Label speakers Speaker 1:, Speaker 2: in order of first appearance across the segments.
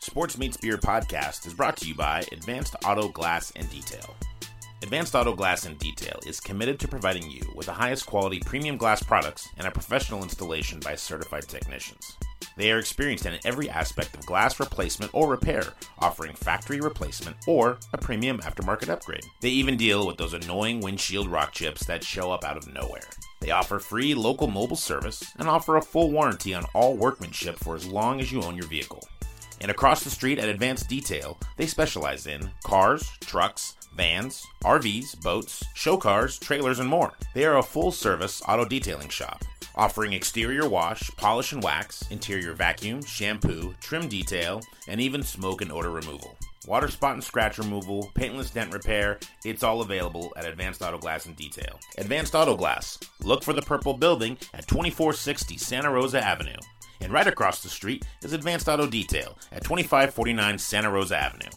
Speaker 1: Sports Meets Beer podcast is brought to you by Advanced Auto Glass and Detail. Advanced Auto Glass and Detail is committed to providing you with the highest quality premium glass products and a professional installation by certified technicians. They are experienced in every aspect of glass replacement or repair, offering factory replacement or a premium aftermarket upgrade. They even deal with those annoying windshield rock chips that show up out of nowhere. They offer free local mobile service and offer a full warranty on all workmanship for as long as you own your vehicle. And across the street at Advanced Detail, they specialize in cars, trucks, vans, RVs, boats, show cars, trailers, and more. They are a full service auto detailing shop, offering exterior wash, polish and wax, interior vacuum, shampoo, trim detail, and even smoke and odor removal. Water spot and scratch removal, paintless dent repair, it's all available at Advanced Auto Glass and Detail. Advanced Auto Glass, look for the purple building at 2460 Santa Rosa Avenue. And right across the street is Advanced Auto Detail at 2549 Santa Rosa Avenue.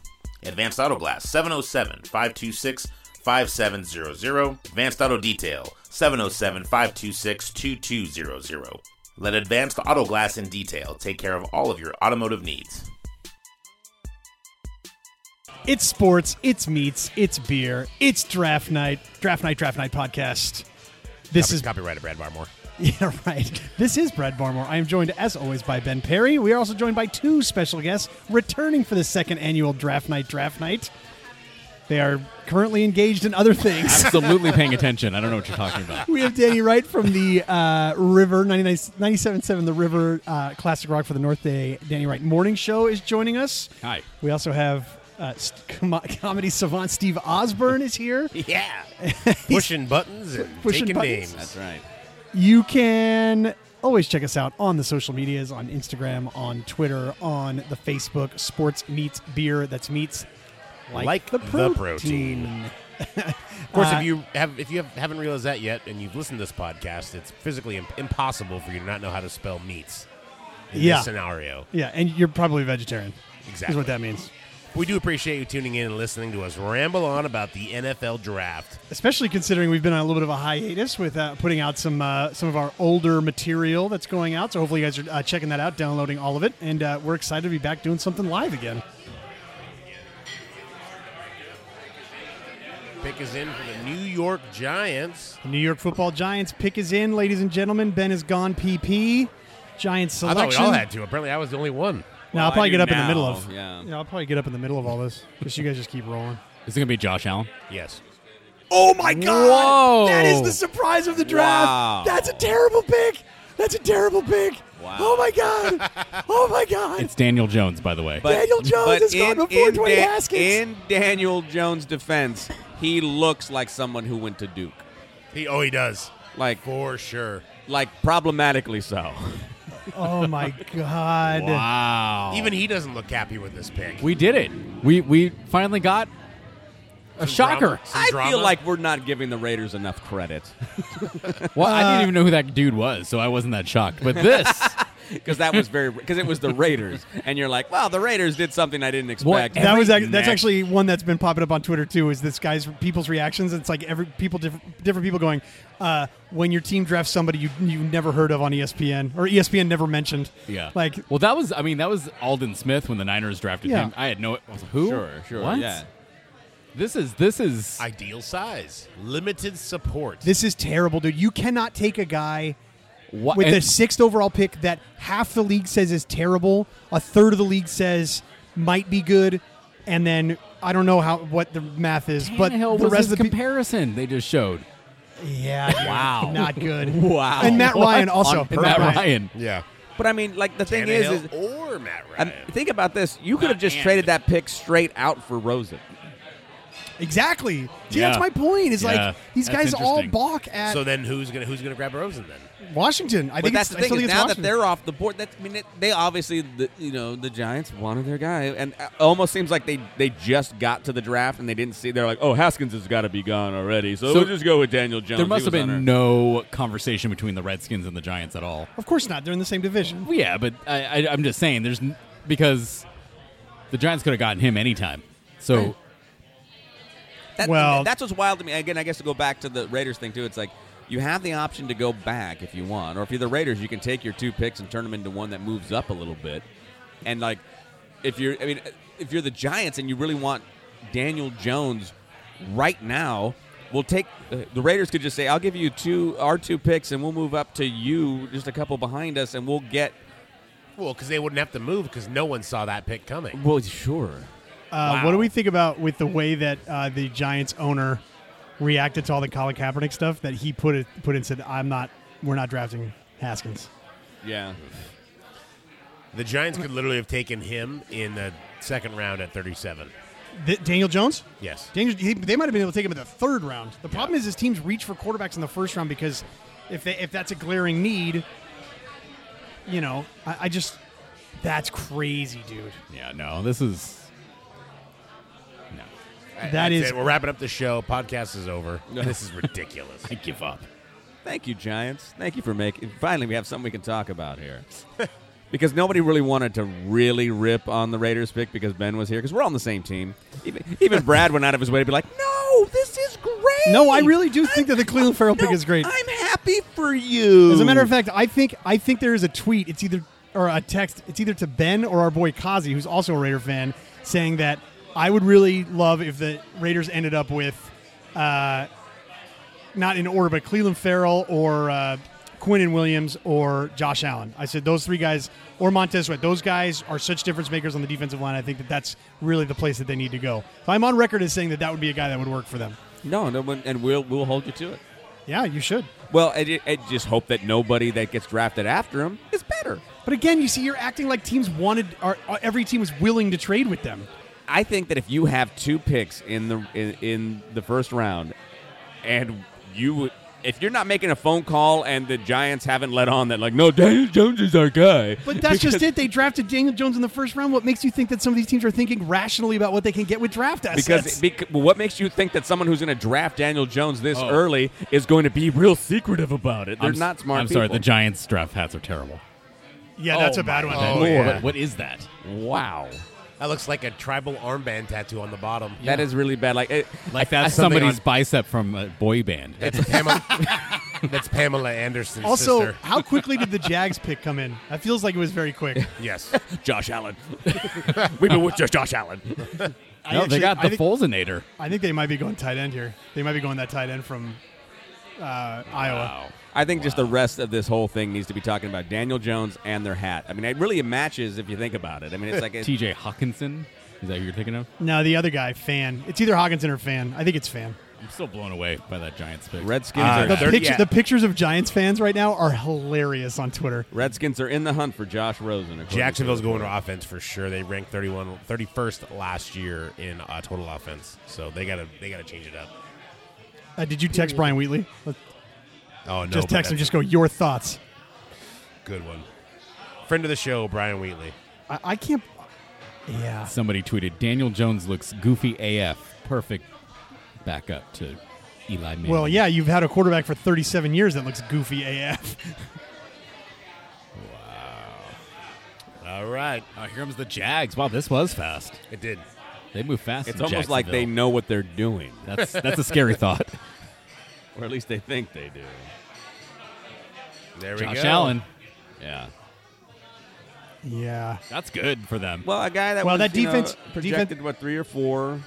Speaker 1: Advanced Auto Glass 707 526 5700. Advanced Auto Detail 707 526 2200. Let Advanced Auto Glass and Detail take care of all of your automotive needs.
Speaker 2: It's sports, it's meats, it's beer, it's draft night, draft night, draft night podcast. This is
Speaker 1: copyrighted Brad Barmore.
Speaker 2: yeah right. This is Brad Barmore. I am joined as always by Ben Perry. We are also joined by two special guests returning for the second annual draft night, draft night. They are currently engaged in other things.
Speaker 3: absolutely paying attention. I don't know what you're talking about.
Speaker 2: we have Danny Wright from the uh, River 99 97.7 The River uh, Classic Rock for the North Day. Danny Wright Morning Show is joining us.
Speaker 3: Hi.
Speaker 2: We also have uh, st- com- comedy savant Steve Osborne is here.
Speaker 4: Yeah. pushing buttons and
Speaker 2: pushing
Speaker 4: taking
Speaker 2: buttons.
Speaker 4: names.
Speaker 3: That's right.
Speaker 2: You can always check us out on the social medias on Instagram, on Twitter, on the Facebook Sports Meets Beer. That's meats like,
Speaker 4: Like
Speaker 2: the
Speaker 4: the
Speaker 2: protein.
Speaker 4: protein. Of course,
Speaker 2: Uh,
Speaker 4: if you have if you have, haven't realized that yet, and you've listened to this podcast, it's physically im- impossible for you to not know how to spell meats. In
Speaker 2: Yeah.
Speaker 4: This scenario,
Speaker 2: Yeah, and you're probably vegetarian. Is
Speaker 4: Exactly.
Speaker 2: what that means.
Speaker 4: we do appreciate you tuning in and listening to us ramble on about the NFL draft.
Speaker 2: Especially considering we've been on a little bit of a hiatus with uh, putting out some uh, some of our older material that's going out. So hopefully you guys are uh, checking that out, downloading all of it, and uh, we're excited to be back doing something live again.
Speaker 4: Pick is in for the New York Giants.
Speaker 2: The New York Football Giants pick is in, ladies and gentlemen. Ben is gone. PP. Giants
Speaker 4: I
Speaker 2: selection.
Speaker 4: thought we all had to. Apparently, I was the only one.
Speaker 2: No,
Speaker 3: Well,
Speaker 2: I'll probably
Speaker 3: I
Speaker 2: get
Speaker 3: do
Speaker 2: up in the
Speaker 3: now,
Speaker 2: middle of.
Speaker 3: yeah.
Speaker 2: I'll probably get up in the middle of all this because you guys just keep rolling.
Speaker 3: Is it going to be Josh Allen?
Speaker 4: Yes.
Speaker 2: Oh my
Speaker 3: God! Whoa!
Speaker 2: That is the surprise of the draft.
Speaker 3: Wow.
Speaker 2: That's a terrible pick. That's a terrible pick.
Speaker 3: Wow.
Speaker 2: Oh my God. oh my God.
Speaker 3: It's Daniel Jones, by the way.
Speaker 2: Daniel Jones
Speaker 5: but
Speaker 2: has gone
Speaker 5: in,
Speaker 2: before
Speaker 5: in
Speaker 2: Dwayne
Speaker 5: Dan-
Speaker 2: Haskins.
Speaker 5: In Daniel Jones' defense, he looks like someone who went to Duke,
Speaker 4: He, oh, he does
Speaker 5: like
Speaker 4: for sure.
Speaker 5: like problematically so.
Speaker 2: oh my God.
Speaker 5: Oh.
Speaker 3: wow.
Speaker 4: Even he doesn't look happy with this pick.
Speaker 3: we did it. We we finally got a
Speaker 4: Some drama-
Speaker 3: shocker.
Speaker 4: some
Speaker 5: I
Speaker 4: drama.
Speaker 5: feel like we're not giving the Raiders enough credit
Speaker 3: Well, I didn't even know who that dude was, so I wasn't that shocked. But this,
Speaker 5: because that was very because it was the Raiders, and you're like, wow, the Raiders did something I didn't expect.
Speaker 2: That was ac-
Speaker 3: Every
Speaker 2: that's
Speaker 3: neck-
Speaker 2: actually one that's been popping up on Twitter too. Is this guy's people's reactions? It's like every people different, different people going uh, when your team drafts somebody you you never heard of on E ESPN or ESPN never mentioned.
Speaker 3: yeah.
Speaker 2: like
Speaker 3: well, that was. I mean, that was Alden Smith when the Niners drafted
Speaker 2: Yeah.
Speaker 3: him. I had no. I was like, Who?
Speaker 5: Sure, sure,
Speaker 3: What?
Speaker 5: yeah.
Speaker 3: This is this is.
Speaker 4: ideal size, limited support.
Speaker 2: this is terrible, dude. You cannot take a guy
Speaker 3: what,
Speaker 2: with
Speaker 3: and-
Speaker 2: the sixth overall pick that half the league says is terrible, a third of the league says might be good, and then I don't know how what the math is, but
Speaker 3: Tannehill
Speaker 2: the
Speaker 3: was
Speaker 2: rest
Speaker 3: his
Speaker 2: of the pe-
Speaker 3: comparison they just showed.
Speaker 2: yeah, dude,
Speaker 3: Wow.
Speaker 2: not good.
Speaker 5: Wow.
Speaker 2: and Matt
Speaker 3: What?
Speaker 2: Ryan also.
Speaker 3: And Matt Ryan.
Speaker 4: yeah.
Speaker 5: but I mean, like the thing is, is
Speaker 4: Tannehill or Matt
Speaker 5: I mean,
Speaker 4: Ryan.
Speaker 5: think about this. You could
Speaker 4: Not
Speaker 5: have just
Speaker 4: and.
Speaker 5: traded that pick straight out for Rosen.
Speaker 2: Exactly. See, that's
Speaker 3: Yeah.
Speaker 2: my point. Is
Speaker 3: Yeah.
Speaker 2: like these
Speaker 3: That's
Speaker 2: guys all
Speaker 3: interesting.
Speaker 2: balk at
Speaker 4: so then who's gonna who's gonna grab Rosen then?
Speaker 2: Washington. I
Speaker 5: But
Speaker 2: think it's,
Speaker 5: that's the
Speaker 2: I still
Speaker 5: thing.
Speaker 2: think
Speaker 5: Is
Speaker 2: it's
Speaker 5: now that
Speaker 2: Washington.
Speaker 5: they're off the board, that, I mean, it, they obviously, the, you know, the Giants wanted their guy, and it almost seems like they they just got to the draft and they didn't see. They're like, oh, Haskins has got to be gone already, so,
Speaker 3: So-
Speaker 5: we'll just go with Daniel Jones.
Speaker 3: There
Speaker 5: He
Speaker 3: must have
Speaker 5: was on our-
Speaker 3: been no conversation between the Redskins and the Giants at all.
Speaker 2: of course not. They're in the same division.
Speaker 3: Well, yeah, but I, I, I'm just saying there's n- because the Giants could have gotten him anytime. So
Speaker 5: That,
Speaker 2: Well-
Speaker 5: that's what's wild to me. Again, I guess to go back to the Raiders thing too. It's like you have the option to go back if you want, or if you're the Raiders, you can take your two picks and turn them into one that moves up a little bit, and like if you're, I mean, if you're the Giants and you really want Daniel Jones right now, we'll take uh, the Raiders could just say, "I'll give you two our two picks, and we'll move up to you just a couple behind us, and we'll get."
Speaker 1: Well, because they wouldn't have to move because no one saw that pick coming.
Speaker 5: Well, sure.
Speaker 2: Uh, What do we think about with the way that uh, the Giants owner reacted to all the Colin Kaepernick stuff that he put it put in said, "I'm not, we're not drafting Haskins."
Speaker 5: Yeah.
Speaker 1: The Giants could literally have taken him in the second round at 37.
Speaker 2: Th- Daniel Jones.
Speaker 1: Yes.
Speaker 2: Daniel, he, they might have been able to take him in the third round. The problem is his teams reach for quarterbacks in the first round because if they if that's a glaring need, you know, I, I just that's crazy, dude.
Speaker 3: Yeah, no, this is. No,
Speaker 2: That
Speaker 1: That's
Speaker 2: is-
Speaker 1: it. We're wrapping up the show. Podcast is over. This is ridiculous.
Speaker 3: I give up.
Speaker 5: Thank you, Giants. Thank you for making. Finally, we have something we can talk about here. because nobody really wanted to really rip on the Raiders pick because Ben was here because we're all on the same team. Even, even Brad went out of his way to be like, "No, this is great."
Speaker 2: No, I really do think that the Cleveland Farrell pick
Speaker 5: No,
Speaker 2: is great.
Speaker 5: I'm happy for you.
Speaker 2: As a matter of fact, I think I think there is a tweet. It's either or a text. It's either to Ben or our boy Kazi, who's also a Raider fan, saying that I would really love if the Raiders ended up with, uh, not in order, but Cleveland Farrell or uh, Quinn and Williams or Josh Allen. I said those three guys or Montez Sweat. Those guys are such difference makers on the defensive line. I think that that's really the place that they need to go. So I'm on record as saying that that would be a guy that would work for them.
Speaker 5: no, no one, and we'll we'll hold you to it.
Speaker 2: Yeah, you should.
Speaker 5: Well, I, ju- I just hope that nobody that gets drafted after him is better.
Speaker 2: But again, you see, you're acting like teams wanted, or or every team was willing to trade with them.
Speaker 5: I think that if you have two picks in the in, in the first round, and you if you're not making a phone call and the Giants haven't let on that like no Daniel Jones is our guy,
Speaker 2: But that's just it. They drafted Daniel Jones in the first round. What makes you think that some of these teams are thinking rationally about what they can get with draft assets?
Speaker 5: because bec- what makes you think that someone who's going to draft Daniel Jones this
Speaker 3: Oh.
Speaker 5: early is going to be real secretive about it? They're
Speaker 3: I'm s-
Speaker 5: not smart.
Speaker 3: I'm sorry.
Speaker 5: people.
Speaker 3: The Giants draft hats are terrible.
Speaker 2: yeah, that's
Speaker 1: Oh
Speaker 2: a bad
Speaker 1: my
Speaker 2: one.
Speaker 1: God.
Speaker 3: Lord,
Speaker 1: yeah.
Speaker 3: what- what is that?
Speaker 5: wow.
Speaker 1: that looks like a tribal armband tattoo on the bottom.
Speaker 5: That is really bad. Like, it,
Speaker 3: Like
Speaker 1: I-
Speaker 3: that's
Speaker 1: something
Speaker 3: somebody's
Speaker 1: on-
Speaker 3: bicep from a boy band.
Speaker 1: That's Pamela. that's Pamela Anderson's
Speaker 2: Also,
Speaker 1: sister.
Speaker 2: how quickly did the Jags pick come in? That feels like it was very quick.
Speaker 1: Yes.
Speaker 5: Josh Allen. We've been with just Josh Allen.
Speaker 2: I
Speaker 3: no,
Speaker 2: actually-
Speaker 3: they got
Speaker 2: I
Speaker 3: the
Speaker 2: think,
Speaker 3: Folsinator.
Speaker 2: I think they might be going tight end here. They might be going that tight end from uh, Iowa.
Speaker 3: Wow.
Speaker 5: I think just the rest of this whole thing needs to be talking about Daniel Jones and their hat. I mean, it really matches if you think about it. I mean, it's like it,
Speaker 3: T.J. Hawkinson. Is that who you're thinking of?
Speaker 2: No, the other guy, Fan. It's either Hawkinson or Fan. I think it's Fan.
Speaker 3: I'm still blown away by that Giants pick.
Speaker 5: Redskins.
Speaker 1: Uh,
Speaker 5: are,
Speaker 2: The,
Speaker 1: Third-
Speaker 2: picture,
Speaker 1: yeah.
Speaker 2: the pictures of Giants fans right now are hilarious on Twitter.
Speaker 5: Redskins are in the hunt for Josh Rosen. according to
Speaker 1: Jacksonville's
Speaker 5: the report.
Speaker 1: going to offense for sure. They ranked 31, 31st last year in uh, total offense, so they gotta they gotta change it up.
Speaker 2: Uh, did you text Brian Wheatley? Let-
Speaker 1: Oh no!
Speaker 2: just
Speaker 1: but
Speaker 2: text him.
Speaker 1: that's
Speaker 2: Just go. Your thoughts.
Speaker 1: a good one. Friend of the show, Brian Wheatley.
Speaker 2: I, I can't. Yeah.
Speaker 3: Somebody tweeted Daniel Jones looks goofy AF. Perfect backup to Eli Manning.
Speaker 2: Well, yeah, you've had a quarterback for 37 years that looks goofy AF.
Speaker 1: All right,
Speaker 3: Oh, here comes the Jags. Wow, this was fast.
Speaker 1: it did.
Speaker 3: They move fast.
Speaker 5: It's
Speaker 3: in
Speaker 5: almost like they
Speaker 3: Jacksonville.
Speaker 5: know what they're doing,
Speaker 3: That's that's a scary thought.
Speaker 5: or at least they think they do.
Speaker 1: There we go.
Speaker 3: Josh Allen. Yeah,
Speaker 2: Yeah.
Speaker 3: that's good for them.
Speaker 5: Well, a guy that
Speaker 2: Well,
Speaker 5: was,
Speaker 2: that
Speaker 5: you know,
Speaker 2: defense-
Speaker 5: projected what three or four.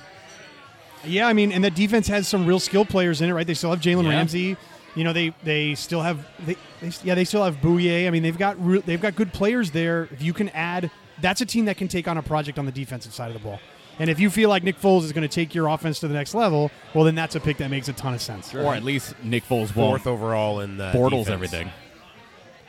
Speaker 2: Yeah, I mean, and the defense has some real skill players in it, right? They still have Jalen
Speaker 3: Yeah.
Speaker 2: Ramsey. You know, they they still have they, they yeah they still have Bouye. I mean, they've got re- they've got good players there. If you can add, that's a team that can take on a project on the defensive side of the ball. And if you feel like Nick Foles is going to take your offense to the next level, well, then that's a pick that makes a ton of sense.
Speaker 3: Or at least Nick Foles won't
Speaker 1: Fourth overall in the
Speaker 3: Bortles
Speaker 1: defense.
Speaker 3: everything.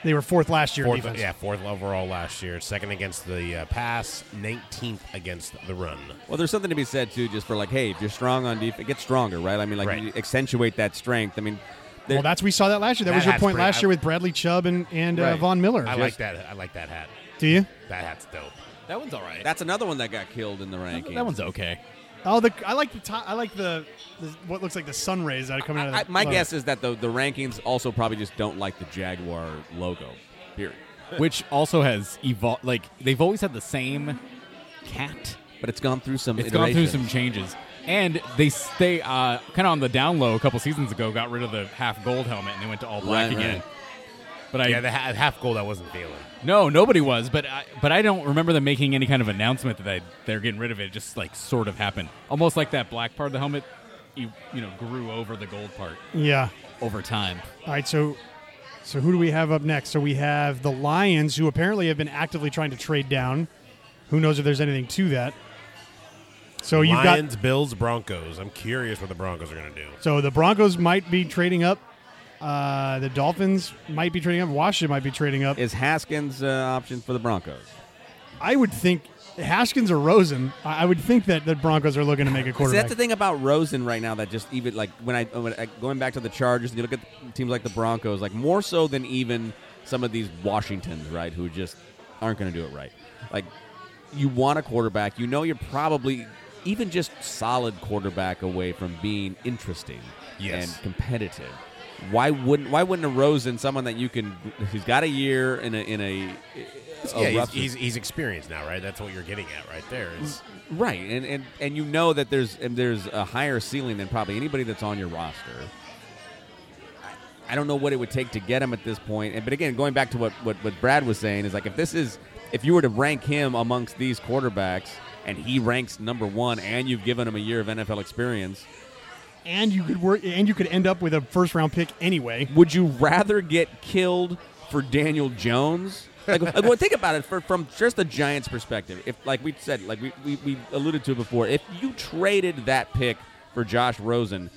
Speaker 2: They were fourth last year. in
Speaker 1: Fourth,
Speaker 2: defense.
Speaker 1: yeah, fourth overall last year. Second against the uh, pass, nineteenth against the run.
Speaker 5: Well, there's something to be said too, just for like, hey, if you're strong on defense, get stronger, right? I mean, like
Speaker 1: Right.
Speaker 5: you accentuate that strength. I mean,
Speaker 2: Well, that's we saw that last year. That,
Speaker 1: That
Speaker 2: was your
Speaker 1: hat's
Speaker 2: point
Speaker 1: pretty-
Speaker 2: last
Speaker 1: I-
Speaker 2: year with Bradley Chubb and and uh,
Speaker 5: Right.
Speaker 2: Von Miller.
Speaker 1: I like that. I like that hat.
Speaker 2: Do you?
Speaker 1: That hat's dope.
Speaker 3: That one's all right.
Speaker 5: that's another one that got killed in the rankings.
Speaker 3: that one's okay.
Speaker 2: Oh, the I like the top, I like the, the what looks like the sun rays that are coming out of.
Speaker 5: I,
Speaker 2: the-
Speaker 5: my
Speaker 2: oh.
Speaker 5: guess is that the the rankings also probably just don't like the Jaguar logo. Period.
Speaker 3: Which also has evolved. Like they've always had the same cat.
Speaker 5: But it's gone through some.
Speaker 3: It's gone through
Speaker 5: iterations.
Speaker 3: some changes, and they s- they uh, kind of on the down low a couple seasons ago got rid of the half gold helmet and they went to all black
Speaker 5: Right,
Speaker 3: again.
Speaker 5: right.
Speaker 3: But I
Speaker 1: yeah, the ha- half goal I wasn't feeling.
Speaker 3: no, nobody was. But I, but I don't remember them making any kind of announcement that they, they're getting rid of it. It just like sort of happened, almost like that black part of the helmet. You you know grew over the gold part
Speaker 2: Yeah.
Speaker 3: over time.
Speaker 2: All right, so so who do we have up next? So we have the Lions, who apparently have been actively trying to trade down. Who knows if there's anything to that? So you've Oh, got
Speaker 1: Lions, Bills, Broncos. I'm curious what the Broncos are going to do.
Speaker 2: so the Broncos might be trading up. Uh, the Dolphins might be trading up. Washington might be trading up.
Speaker 5: Is Haskins uh, option for the Broncos?
Speaker 2: I would think Haskins or Rosen. I I would think that the Broncos are looking to make a
Speaker 5: See,
Speaker 2: quarterback.
Speaker 5: that's the thing about Rosen right now that just even like when I, when I going back to the Chargers and you look at teams like the Broncos, like more so than even some of these Washingtons, right, who just aren't going to do it right. Like you want a quarterback, you know you're probably even just solid quarterback away from being interesting
Speaker 1: Yes.
Speaker 5: and competitive. Why wouldn't Why wouldn't a Rosen, someone that you can, who's got a year in a in a, a
Speaker 1: yeah, he's,
Speaker 5: rough-
Speaker 1: he's, he's experienced now, right? That's what you're getting at right there. Is
Speaker 5: Right, and, and and you know that there's and there's a higher ceiling than probably anybody that's on your roster. I, I don't know what it would take to get him at this point. And but again, going back to what, what what Brad was saying is like if this is if you were to rank him amongst these quarterbacks and he ranks number one, and you've given him a year of NFL experience,
Speaker 2: and you could work. And you could end up with a first round pick anyway.
Speaker 5: would you rather get killed for Daniel Jones? Like, like well, think about it for, from just the Giants' perspective. If, like we said, like we, we, we alluded to before, if you traded that pick for Josh Rosen,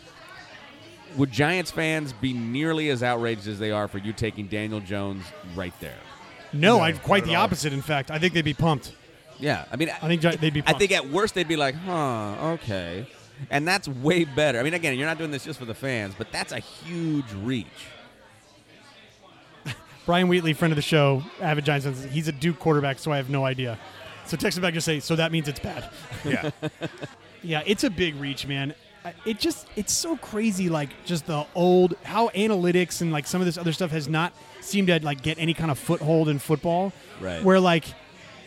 Speaker 5: would Giants fans be nearly as outraged as they are for you taking Daniel Jones right there?
Speaker 2: No,
Speaker 1: No,
Speaker 2: I quite
Speaker 1: not at
Speaker 2: the
Speaker 1: all.
Speaker 2: opposite. In fact, I think they'd be pumped.
Speaker 5: Yeah, I mean,
Speaker 2: I think Gi- they'd be.
Speaker 5: I
Speaker 2: Pumped.
Speaker 5: think at worst they'd be like, huh, okay, and that's way better. I mean, again, you're not doing this just for the fans, but that's a huge reach.
Speaker 2: Brian Wheatley, friend of the show, avid Giants fan, says, he's a Duke quarterback, so I have no idea. So text him back just say, so that means it's bad.
Speaker 1: yeah,
Speaker 2: Yeah, it's a big reach, man. I- It just it's so crazy, like just the old how analytics and like some of this other stuff has not seemed to like get any kind of foothold in football.
Speaker 5: Right.
Speaker 2: Where like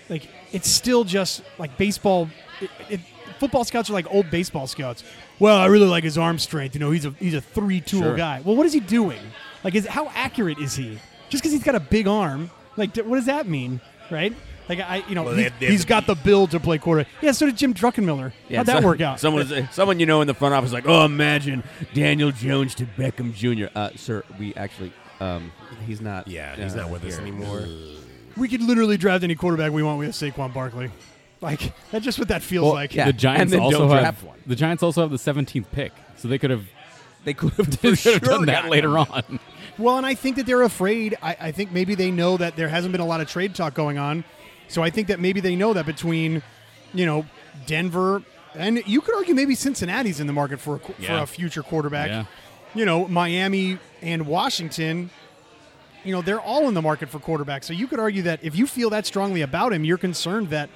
Speaker 2: like it's still just like baseball. It, it, football scouts are like old baseball scouts. Well, I really like his arm strength. You know, he's a he's a three tool
Speaker 5: Sure.
Speaker 2: guy. Well, what is he doing? Like, is how accurate is he? Just because he's got a big arm, like d- what does that mean, right? Like I, you know,
Speaker 1: Well,
Speaker 2: he's
Speaker 1: they have- they have
Speaker 2: he's
Speaker 1: to
Speaker 2: got the build to play quarter. Yeah, so did Jim Druckenmiller. How'd that
Speaker 5: some-
Speaker 2: work out?
Speaker 5: Someone, someone you know in the front office, is like, oh, imagine Daniel Jones to Beckham Jr. Uh, sir, we actually, um, he's not.
Speaker 1: yeah. He's
Speaker 5: uh,
Speaker 1: not with us
Speaker 5: here.
Speaker 1: anymore.
Speaker 2: We could literally draft any quarterback we want. We have Saquon Barkley. Like that's just what that feels
Speaker 5: Well,
Speaker 2: like.
Speaker 5: yeah.
Speaker 3: The
Speaker 5: And
Speaker 3: Giants
Speaker 5: then
Speaker 3: also
Speaker 5: don't
Speaker 3: have
Speaker 5: draft one.
Speaker 3: the Giants also have the 17th pick, so they could have
Speaker 5: They could have,
Speaker 3: they
Speaker 5: for
Speaker 3: could
Speaker 5: sure
Speaker 3: have done that
Speaker 5: gotten
Speaker 3: later
Speaker 5: him.
Speaker 3: on.
Speaker 2: Well, and I think that they're afraid. I, I think maybe they know that there hasn't been a lot of trade talk going on, so I think that maybe they know that between, you know, Denver and you could argue maybe Cincinnati's in the market for a, qu-
Speaker 1: Yeah.
Speaker 2: for a future quarterback.
Speaker 3: Yeah.
Speaker 2: You know, Miami and Washington. You know, they're all in the market for quarterbacks. So you could argue that if you feel that strongly about him, you're concerned that,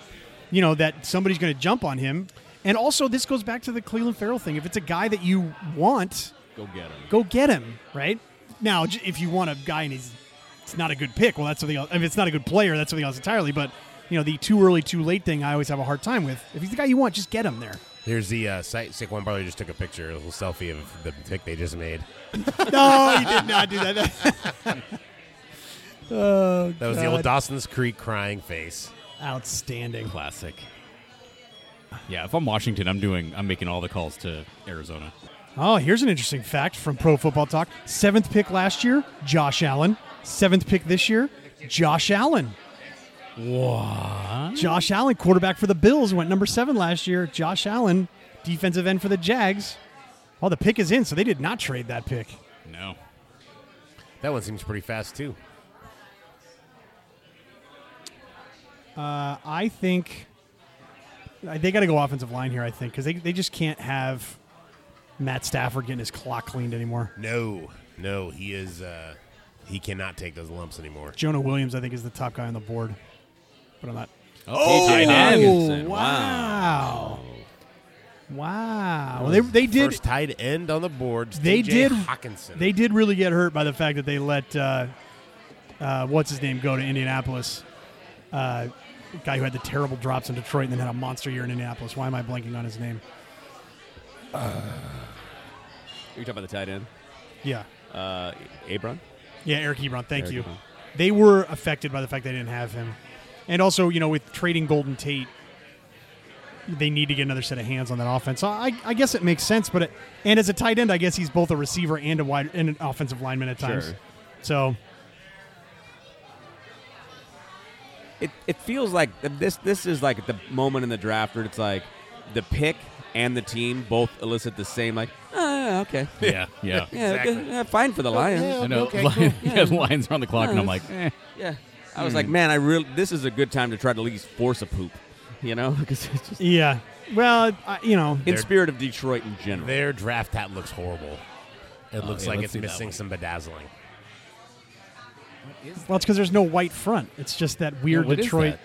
Speaker 2: you know, that somebody's going to jump on him. And also, this goes back to the Cleveland Farrell thing. If it's a guy that you want,
Speaker 5: Go get him.
Speaker 2: go get him, right? Now, j- if you want a guy and he's it's not a good pick, well, that's something else. If it's not a good player, that's something else entirely. But you know, the too early, too late thing, I always have a hard time with. If he's the guy you want, just get him there.
Speaker 1: Here's the uh, site. Saquon Barley just took a picture, a little selfie of the pick they just made.
Speaker 2: no, you did not do that. oh,
Speaker 1: That was the old Dawson's Creek crying face.
Speaker 2: outstanding.
Speaker 3: Classic. Yeah, if I'm Washington, I'm doing I'm making all the calls to Arizona.
Speaker 2: Oh, here's an interesting fact from Pro Football Talk: seventh pick last year, Josh Allen. Seventh pick this year, Josh Allen.
Speaker 3: What?
Speaker 2: Josh Allen, quarterback for the Bills, went number seven last year. Josh Allen, defensive end for the Jags. Well, the pick is in, so they did not trade that pick.
Speaker 3: No.
Speaker 1: That one seems pretty fast too.
Speaker 2: Uh, I think I- they got to go offensive line here, I think, because they, they just can't have Matt Stafford getting his clock cleaned anymore.
Speaker 1: No, no, he is. Uh, he cannot take those lumps anymore.
Speaker 2: Jonah Williams, I think, is the top guy on the board. But I'm not.
Speaker 5: Oh,
Speaker 3: tight end.
Speaker 5: Hawkinson.
Speaker 2: wow. Wow. Well, they, they did.
Speaker 1: First tight end on the board.
Speaker 2: They
Speaker 1: T.J.
Speaker 2: did.
Speaker 1: Hawkinson.
Speaker 2: They did really get hurt by the fact that they let uh, uh, what's his name go to Indianapolis. Uh, guy who had the terrible drops in Detroit and then had a monster year in Indianapolis. Why am I blanking on his name?
Speaker 5: You're talking about the tight end,
Speaker 2: Yeah,
Speaker 5: uh, Abron.
Speaker 2: Yeah, Eric Ebron. Thank
Speaker 5: Eric
Speaker 2: you.
Speaker 5: Ebron.
Speaker 2: They were affected by the fact they didn't have him, and also you know with trading Golden Tate, they need to get another set of hands on that offense. So I, I guess it makes sense, but it, and as a tight end, I guess he's both a receiver and a wide and an offensive lineman at times.
Speaker 5: Sure.
Speaker 2: So
Speaker 5: It, it feels like this this is like the moment in the draft where it's like the pick and the team both elicit the same like ah okay
Speaker 3: Yeah, yeah.
Speaker 5: yeah,
Speaker 1: Exactly. Oh,
Speaker 5: good, yeah, fine for the Lions
Speaker 1: yeah.
Speaker 3: I know.
Speaker 1: Okay,
Speaker 3: Lion-
Speaker 5: cool.
Speaker 3: yeah, Lions are on the clock, and I'm like, eh.
Speaker 5: yeah I was like man I really this is a good time to try to at least force a poop you know because it's just
Speaker 2: yeah, well I, you know
Speaker 5: in spirit of Detroit in general
Speaker 1: Their draft hat looks horrible. It looks
Speaker 3: yeah,
Speaker 1: like
Speaker 3: let's
Speaker 1: it's
Speaker 3: see that
Speaker 1: missing
Speaker 3: one.
Speaker 1: some bedazzling.
Speaker 2: well it's because there's no white front. It's just that weird
Speaker 3: what is
Speaker 2: Detroit,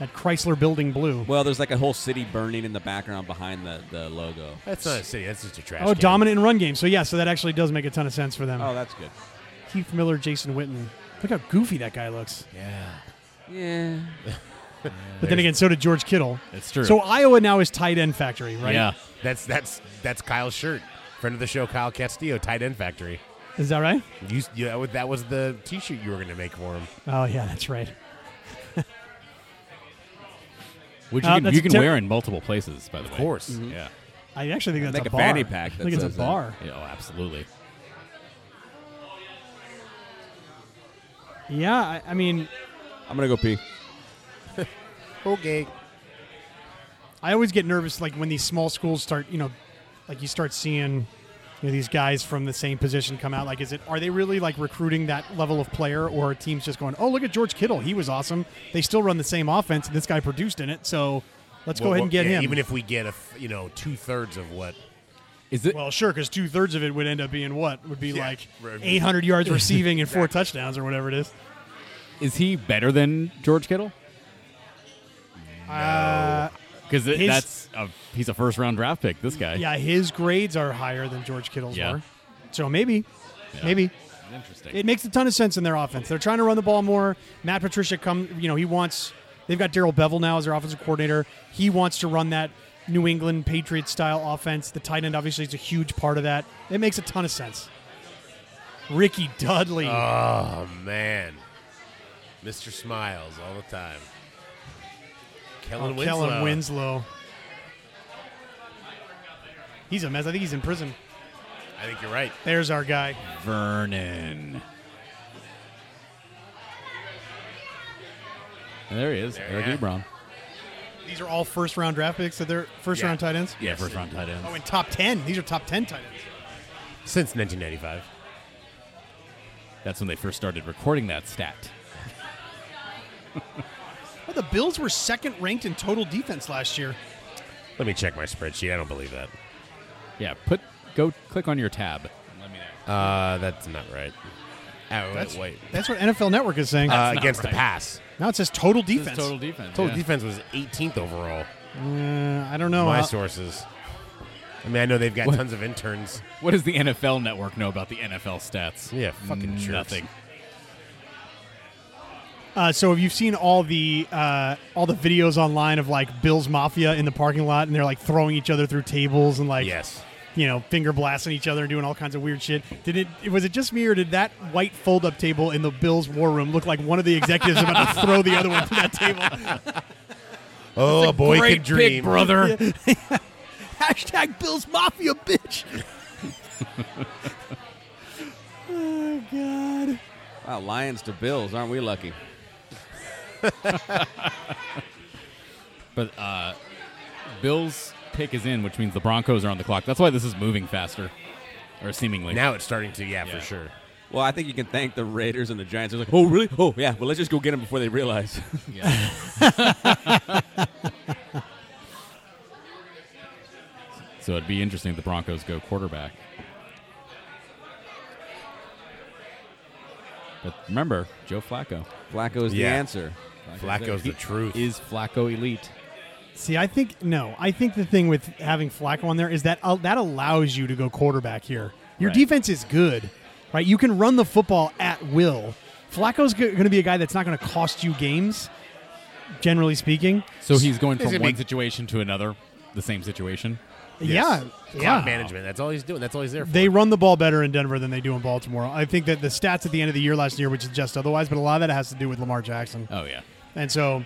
Speaker 2: that? Chrysler Building blue.
Speaker 5: well there's like a whole city burning in the background behind the, the logo
Speaker 1: That's not a city. That's just a trash.
Speaker 2: Oh,
Speaker 1: can.
Speaker 2: dominant in run game. So yeah, so that actually does make a ton of sense for them.
Speaker 5: oh that's good
Speaker 2: Keith Miller, Jason Witten. Look how goofy that guy looks.
Speaker 1: Yeah.
Speaker 5: yeah
Speaker 2: But then again, so did George Kittle.
Speaker 3: It's true.
Speaker 2: So Iowa now is tight end factory, right?
Speaker 3: Yeah,
Speaker 1: That's that's that's Kyle's shirt. Friend of the show, Kyle Castillo, tight end factory.
Speaker 2: Is that right?
Speaker 1: You, you that was- that was the T-shirt you were going to make for him.
Speaker 2: Oh yeah, that's right.
Speaker 3: which you
Speaker 2: Uh,
Speaker 3: can,
Speaker 2: that's
Speaker 3: you can
Speaker 2: ter-
Speaker 3: wear in multiple places. By the way,
Speaker 1: Of course.
Speaker 2: Mm-hmm.
Speaker 3: Yeah.
Speaker 2: I actually think that's
Speaker 5: Make
Speaker 2: a
Speaker 5: a
Speaker 2: bar.
Speaker 5: fanny pack
Speaker 2: I
Speaker 5: that
Speaker 2: think it's a
Speaker 5: says that.
Speaker 2: bar.
Speaker 3: yeah. Oh, absolutely.
Speaker 2: Yeah, I, I mean,
Speaker 5: I'm gonna go pee
Speaker 1: Okay.
Speaker 2: I always get nervous like when these small schools start, you know, like you start seeing you know, these guys from the same position come out. Like, is it are they really like recruiting that level of player, or are teams just going, "Oh, look at George Kittle, he was awesome." They still run the same offense, and this guy produced in it, so let's go
Speaker 1: Well,
Speaker 2: ahead
Speaker 1: well,
Speaker 2: and get
Speaker 1: yeah,
Speaker 2: him.
Speaker 1: Even if we get a th- you know two thirds of what
Speaker 3: Is it?
Speaker 2: Well, sure, because two thirds of it would end up being what would be
Speaker 1: Yeah,
Speaker 2: like
Speaker 1: right.
Speaker 2: 800 yards receiving and four touchdowns or whatever it is.
Speaker 3: Is he better than George Kittle?
Speaker 2: Uh,
Speaker 3: Because
Speaker 2: His-
Speaker 3: that's a, he's a first round draft pick. This guy.
Speaker 2: yeah, his grades are higher than George Kittle's
Speaker 3: Yeah.
Speaker 2: were, so maybe, maybe
Speaker 3: Interesting.
Speaker 2: it makes a ton of sense in their offense. They're trying to run the ball more. Matt Patricia come, you know, he wants. They've got Daryl Bevell now as their offensive coordinator. He wants to run that New England Patriots style offense. The tight end obviously is a huge part of that. It makes a ton of sense. Ricky Dudley.
Speaker 1: Oh man, Mr. Smiles all the time. Kellen
Speaker 2: Oh,
Speaker 1: Winslow.
Speaker 2: Kellen Winslow. He's a mess. I think he's in prison.
Speaker 1: I think you're right.
Speaker 2: There's our guy.
Speaker 3: Vernon. And there he is, Eric
Speaker 1: yeah.
Speaker 3: Ebron.
Speaker 2: These are all first round draft picks. So they're first
Speaker 1: Yeah.
Speaker 2: round tight ends.
Speaker 3: Yeah, first round tight ends.
Speaker 2: Oh, and top 10. These are top 10 tight ends.
Speaker 1: Since 1995.
Speaker 3: That's when they first started recording that stat.
Speaker 2: Oh, the Bills were second ranked in total defense last year.
Speaker 1: Let me check my spreadsheet. I don't believe that.
Speaker 3: Yeah, put go click on your tab. Let me know.
Speaker 1: Uh, that's not right. Oh,
Speaker 2: That's,
Speaker 1: wait, wait.
Speaker 2: that's what NFL Network is saying.
Speaker 1: Uh,
Speaker 2: That's not-
Speaker 1: against
Speaker 3: right.
Speaker 1: the pass.
Speaker 2: now it says total defense.
Speaker 3: Total defense.
Speaker 1: Total defense was 18th overall.
Speaker 2: Uh, I don't know.
Speaker 1: my
Speaker 2: how-
Speaker 1: sources. I mean, I know they've got
Speaker 3: What?
Speaker 1: tons of interns.
Speaker 3: What does the NFL Network know about the NFL stats?
Speaker 1: Yeah, fucking jerks.
Speaker 3: nothing.
Speaker 2: Uh, so if you've seen all the uh, all the videos online of like Bills Mafia in the parking lot, and they're like throwing each other through tables and like
Speaker 1: Yes.
Speaker 2: you know, finger blasting each other and doing all kinds of weird shit. Did it? Was it just me, or did that white fold-up table in the Bills' war room look like one of the executives about to throw the other one through that table?
Speaker 1: Oh, a boy
Speaker 3: Great
Speaker 1: could dream.
Speaker 3: big brother.
Speaker 2: Hashtag Bills Mafia, bitch. oh God!
Speaker 5: wow Lions to Bills aren't we lucky
Speaker 3: But uh, Bill's pick is in, which means the Broncos are on the clock. That's why this is moving faster, or seemingly.
Speaker 1: Now it's starting to, yeah,
Speaker 3: Yeah.
Speaker 1: for sure.
Speaker 5: well I think you can thank the Raiders and the Giants they're like oh really oh yeah well let's just go get them before they realize
Speaker 3: Yeah. so it'd be interesting if the Broncos go quarterback. But remember, Joe Flacco.
Speaker 5: Flacco is
Speaker 1: Yeah.
Speaker 5: the answer
Speaker 1: Flacco's the
Speaker 3: He
Speaker 1: truth.
Speaker 3: Is Flacco elite?
Speaker 2: See, I think no. I think the thing with having Flacco on there is that uh, that allows you to go quarterback here. Your
Speaker 3: Right.
Speaker 2: defense is good, right? You can run the football at will. Flacco's going to be a guy that's not going to cost you games, generally speaking.
Speaker 3: So he's going
Speaker 1: He's
Speaker 3: from
Speaker 1: gonna
Speaker 3: one
Speaker 1: be-
Speaker 3: situation to another, the same situation.
Speaker 2: Yeah.
Speaker 1: Clock
Speaker 2: Yeah.
Speaker 1: management. That's all he's doing. That's all he's there for.
Speaker 2: They run the ball better in Denver than they do in Baltimore. I think that the stats at the end of the year last year would suggest otherwise, but a lot of that has to do with Lamar Jackson.
Speaker 3: Oh yeah.
Speaker 2: And so,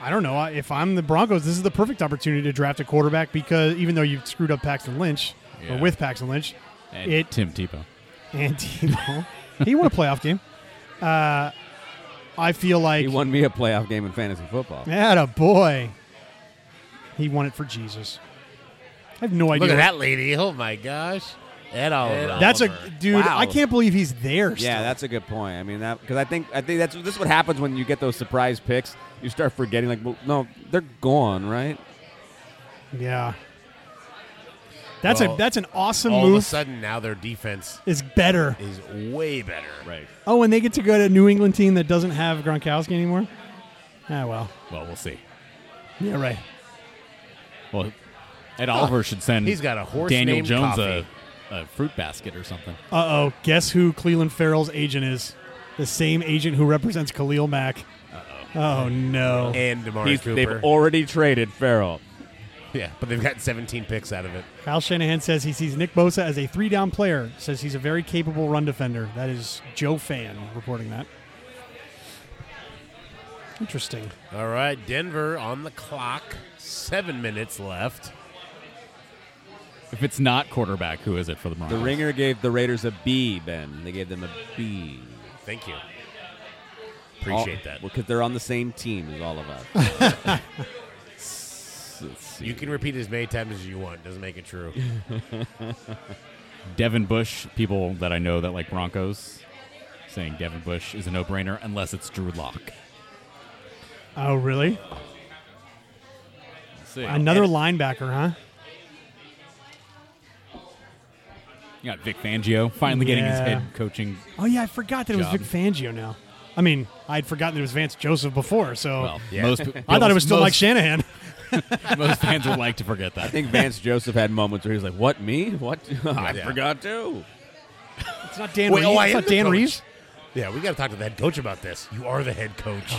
Speaker 2: I don't know. I- If I'm the Broncos, this is the perfect opportunity to draft a quarterback because even though you screwed up Paxton Lynch,
Speaker 3: Yeah.
Speaker 2: or with Paxton Lynch,
Speaker 3: And
Speaker 2: It-
Speaker 3: Tim Tebow.
Speaker 2: and Debo, he won a playoff game. Uh, I feel like.
Speaker 5: He won me a playoff game in fantasy football.
Speaker 2: a boy. He won it for Jesus. I have no idea.
Speaker 1: Look at
Speaker 2: what-
Speaker 1: that lady. Oh my gosh. Ed Oliver.
Speaker 2: That's a dude.
Speaker 1: Wow.
Speaker 2: I can't believe he's there.
Speaker 5: Yeah,
Speaker 2: still.
Speaker 5: that's a good point. I mean, that because I think I think that's this is what happens when you get those surprise picks. You start forgetting, like, well, no, they're gone, right?
Speaker 2: yeah. That's
Speaker 1: Well,
Speaker 2: a that's an awesome
Speaker 1: all of a
Speaker 2: move.
Speaker 1: sudden now their defense
Speaker 2: Is better.
Speaker 1: is way better.
Speaker 3: Right.
Speaker 2: Oh, and they get to go to a New England team that doesn't have Gronkowski anymore. Ah, well.
Speaker 3: Well, we'll see.
Speaker 2: Yeah, right.
Speaker 3: Well, Ed Oliver should send.
Speaker 1: He's got a horse
Speaker 3: Daniel
Speaker 1: named
Speaker 3: Jones a,
Speaker 1: Coffee.
Speaker 3: a fruit basket or something.
Speaker 2: Uh oh. Guess who Cleveland Farrell's agent is? The same agent who represents Khalil Mack. Uh-oh. Oh no.
Speaker 1: And Demar
Speaker 5: He's-
Speaker 1: Cooper.
Speaker 5: they've already traded Farrell.
Speaker 1: yeah, but they've gotten 17 picks out of it.
Speaker 2: Kyle Shanahan says he sees Nick Bosa as a three down player, says he's a very capable run defender. That is Joe Fan reporting that. Interesting.
Speaker 1: All right, Denver on the clock. Seven minutes left.
Speaker 3: If it's not quarterback, who is it for the
Speaker 5: The
Speaker 3: Broncos?
Speaker 5: ringer gave the Raiders a B, Ben. They gave them a B.
Speaker 1: Thank you. Appreciate that.
Speaker 5: because they're on the same team as all of us. Let's see.
Speaker 1: You can repeat as many times as you want. Doesn't make it true.
Speaker 3: Devin Bush. People that I know that like Broncos saying Devin Bush is a no-brainer unless it's Drew Lock.
Speaker 2: Oh, really?
Speaker 3: We'll see.
Speaker 2: Another linebacker, huh?
Speaker 3: You got Vic Fangio finally getting his
Speaker 2: Yeah.
Speaker 3: head coaching.
Speaker 2: Oh, yeah, I forgot that it was
Speaker 3: Job.
Speaker 2: Vic Fangio now. I mean, I'd forgotten it was Vance Joseph before, so
Speaker 3: Well,
Speaker 1: Yeah.
Speaker 3: most
Speaker 2: I thought it was still
Speaker 3: most,
Speaker 2: Mike Shanahan.
Speaker 3: most fans would like to forget that.
Speaker 5: I think Vance Joseph had moments where he was like, "What me? What? I
Speaker 1: Yeah.
Speaker 5: forgot too."
Speaker 2: It's not Dan
Speaker 1: Wait,
Speaker 2: Reeves.
Speaker 1: oh, I
Speaker 2: it's
Speaker 1: am
Speaker 2: not
Speaker 1: the
Speaker 2: Dan
Speaker 1: coach.
Speaker 2: Reeves.
Speaker 1: yeah, we got to talk to the head coach about this. You are the head coach,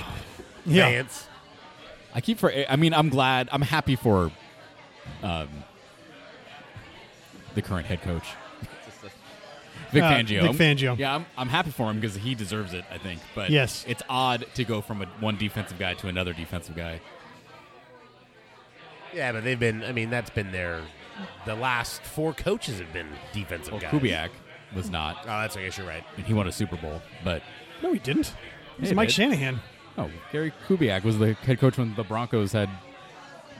Speaker 2: Yeah.
Speaker 1: Vance.
Speaker 3: I keep for. I mean, I'm glad. I'm happy for um, the current head coach, Vic
Speaker 2: Uh,
Speaker 3: Fangio.
Speaker 2: Vic Fangio.
Speaker 3: Yeah, I'm, I'm happy for him because he deserves it. I think. But
Speaker 2: Yes.
Speaker 3: it's odd to go from a, one defensive guy to another defensive guy.
Speaker 1: Yeah, but they've been. I mean, that's been their. The last four coaches have been defensive
Speaker 3: Well,
Speaker 1: guys.
Speaker 3: Kubiak was
Speaker 1: Oh,
Speaker 3: not,
Speaker 1: that's I guess you're right.
Speaker 3: and he won a Super Bowl. But
Speaker 2: No, he didn't. It was
Speaker 3: Hey,
Speaker 2: Mike
Speaker 3: dude.
Speaker 2: Shanahan.
Speaker 3: oh, Gary Kubiak was the head coach when the Broncos had.